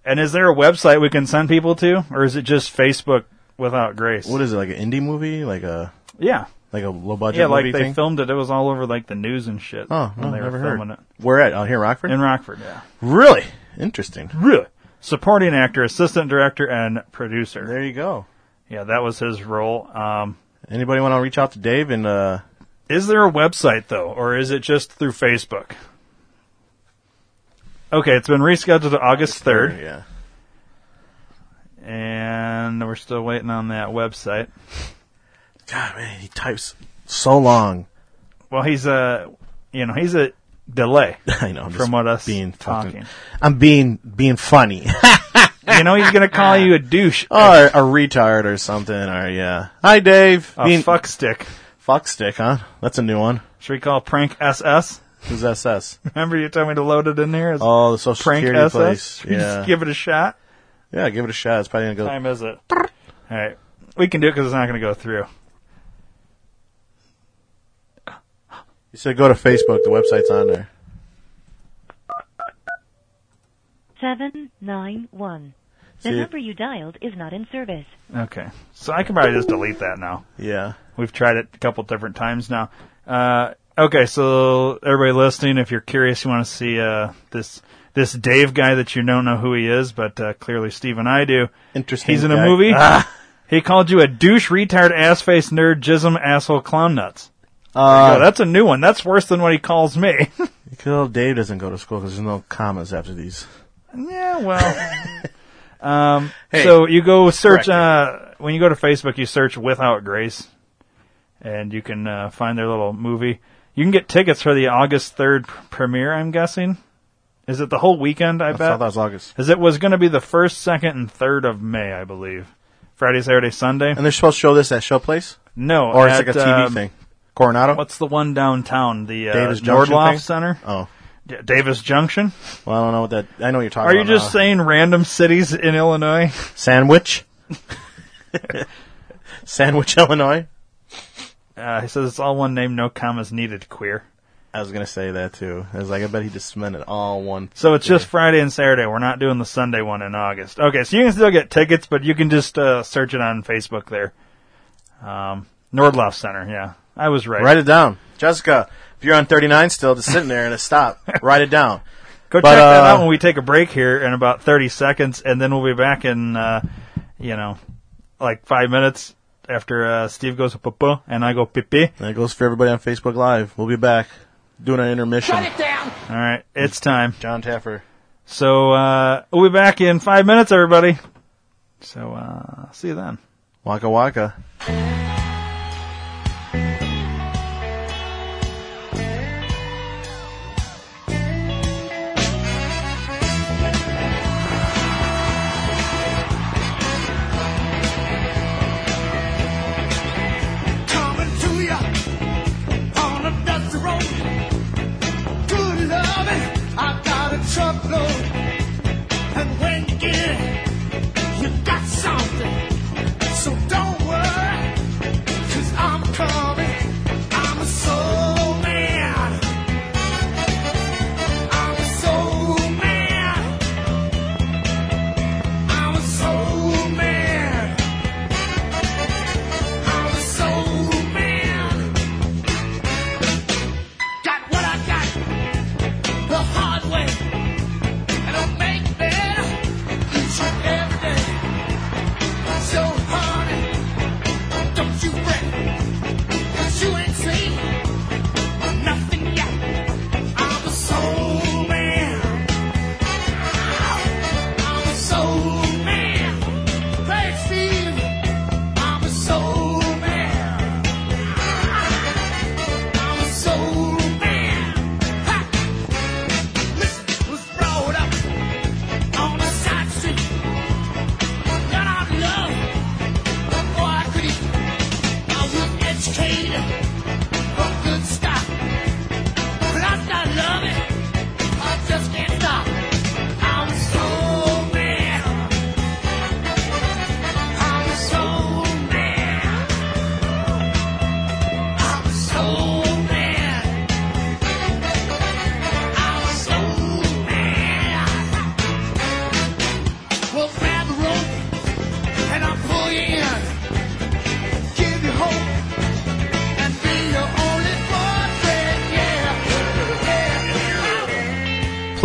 A: And is there a website we can send people to, or is it just Facebook without grace?
D: What is it like an indie movie? Like a
A: yeah,
D: like a low budget
A: yeah,
D: movie
A: like they
D: thing?
A: filmed it. It was all over like the news and shit.
D: oh,
A: when
D: no,
A: they
D: never
A: were
D: heard.
A: filming it
D: Where at? Out here in Rockford?
A: in Rockford. Yeah,
D: really interesting.
A: really. Supporting actor, assistant director, and producer.
D: There you go.
A: Yeah, that was his role. Um,
D: Anybody want to reach out to Dave and uh
A: Is there a website though, or is it just through Facebook? Okay, it's been rescheduled to August third,
D: Yeah.
A: and we're still waiting on that website.
D: God man, he types so long.
A: Well, he's a, you know, he's a delay
D: I know. I'm
A: from
D: just
A: what us
D: being fucking-
A: talking.
D: I'm being being funny
A: you know, he's gonna call you a douche,
D: or Oh, a retard or something or yeah. Hi Dave.
A: a
D: being
A: fuck stick.
D: fuck stick, huh? That's a new one.
A: Should we call prank SS?
D: Who's SS?
A: Remember you told me to load it in there as
D: Oh, the social
A: prank
D: security
A: SS.
D: place.
A: Should we
D: Yeah.
A: just give it a shot.
D: yeah, give it a shot. It's probably
A: What
D: gonna go.
A: time is it? All right, we can do it because it's not gonna go through.
D: You said go to Facebook. The website's on there.
I: Seven nine one. The
D: See?
I: number you dialed is not in service.
A: Okay, so I can probably just delete that now.
D: Yeah.
A: We've tried it a couple different times now. Uh, okay, so everybody listening, if you're curious, you want to see uh, this this Dave guy that you don't know who he is, but uh, clearly Steve and I do.
D: Interesting.
A: He's in a
D: guy.
A: movie.
D: Ah,
A: He called you a douche, retard, ass face, nerd, jism, asshole, clown nuts.
D: uh,
A: Oh, that's a new one. That's worse than what he calls me.
D: Good old Dave doesn't go to school because there's no commas after these.
A: yeah, well. um,
D: Hey,
A: so you go search
D: correct.
A: uh, when you go to Facebook, you search "Without Grace," and you can uh, find their little movie. You can get tickets for the August third premiere. I'm guessing. Is it the whole weekend? I,
D: I
A: bet.
D: thought that was August.
A: Is it was going to be the first, second, and third of May, I believe. Friday, Saturday, Sunday.
D: And they're supposed to show this at Showplace?
A: No,
D: Or it's
A: at,
D: like a TV
A: um,
D: thing? Coronado?
A: What's the one downtown? The uh,
D: Davis Junction
A: Nordloff
D: thing?
A: Center,
D: oh.
A: D- Davis Junction.
D: Well, I don't know what that. I know what you're talking
A: Are you
D: about.
A: just
D: now.
A: saying random cities in Illinois?
D: Sandwich? Sandwich, Illinois?
A: Uh, he says it's all one name, no commas needed. Queer.
D: I was going to say that too. I was like, I bet he just spent it all one.
A: So it's just Friday and Saturday. We're not doing the Sunday one in August. Okay, so you can still get tickets, but you can just uh, search it on Facebook there. Um, Nordloff Center, yeah. I was right.
D: Write it down. Jessica, if you're on 39 still, just sitting there and a stop, write it down.
A: Go
D: but,
A: check that
D: uh,
A: out when we take a break here in about 30 seconds, and then we'll be back in, uh, you know, like five minutes after uh, Steve goes poo and I go pee pee.
D: That goes for everybody on Facebook Live. We'll be back doing our intermission.
A: All right, it's time.
D: John Taffer.
A: So uh, we'll be back in five minutes, everybody. So uh, see you then.
D: Waka Waka.
C: coming to ya on a dusty road. Good loving, I got a truckload. And when you get it, you got something. So don't worry,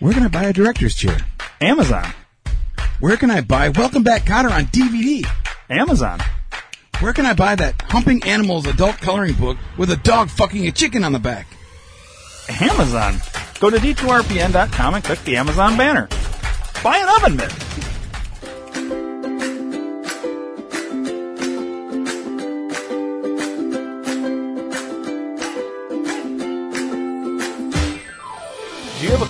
B: Where can I buy a director's chair?
A: Amazon.
B: Where can I buy Welcome Back Cotter on DVD?
A: Amazon.
B: Where can I buy that Humping Animals adult coloring book with a dog fucking a chicken on the back?
A: Amazon. Go to d2rpn.com and click the Amazon banner. Buy an oven mitt. Do you have a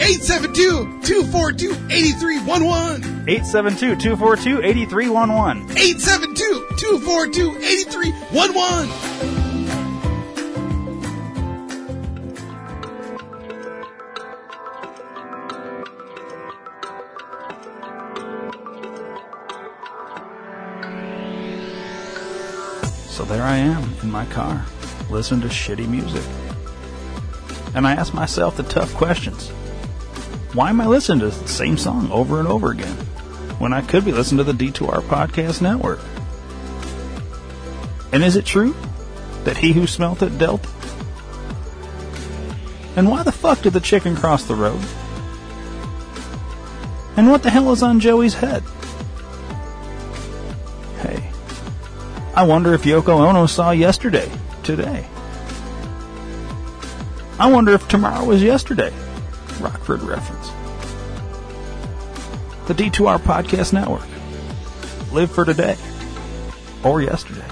B: 872 242 8311!
A: 872 242 8311.
B: 872 242 8311!
A: So there I am in my car, listening to shitty music. And I ask myself the tough questions. Why am I listening to the same song over and over again when I could be listening to the D2R Podcast Network? And is it true that he who smelt it dealt? And why the fuck did the chicken cross the road? And what the hell is on Joey's head? Hey, I wonder if Yoko Ono saw yesterday, today. I wonder if tomorrow was yesterday. Rockford reference. The D2R Podcast Network. Live for today or yesterday.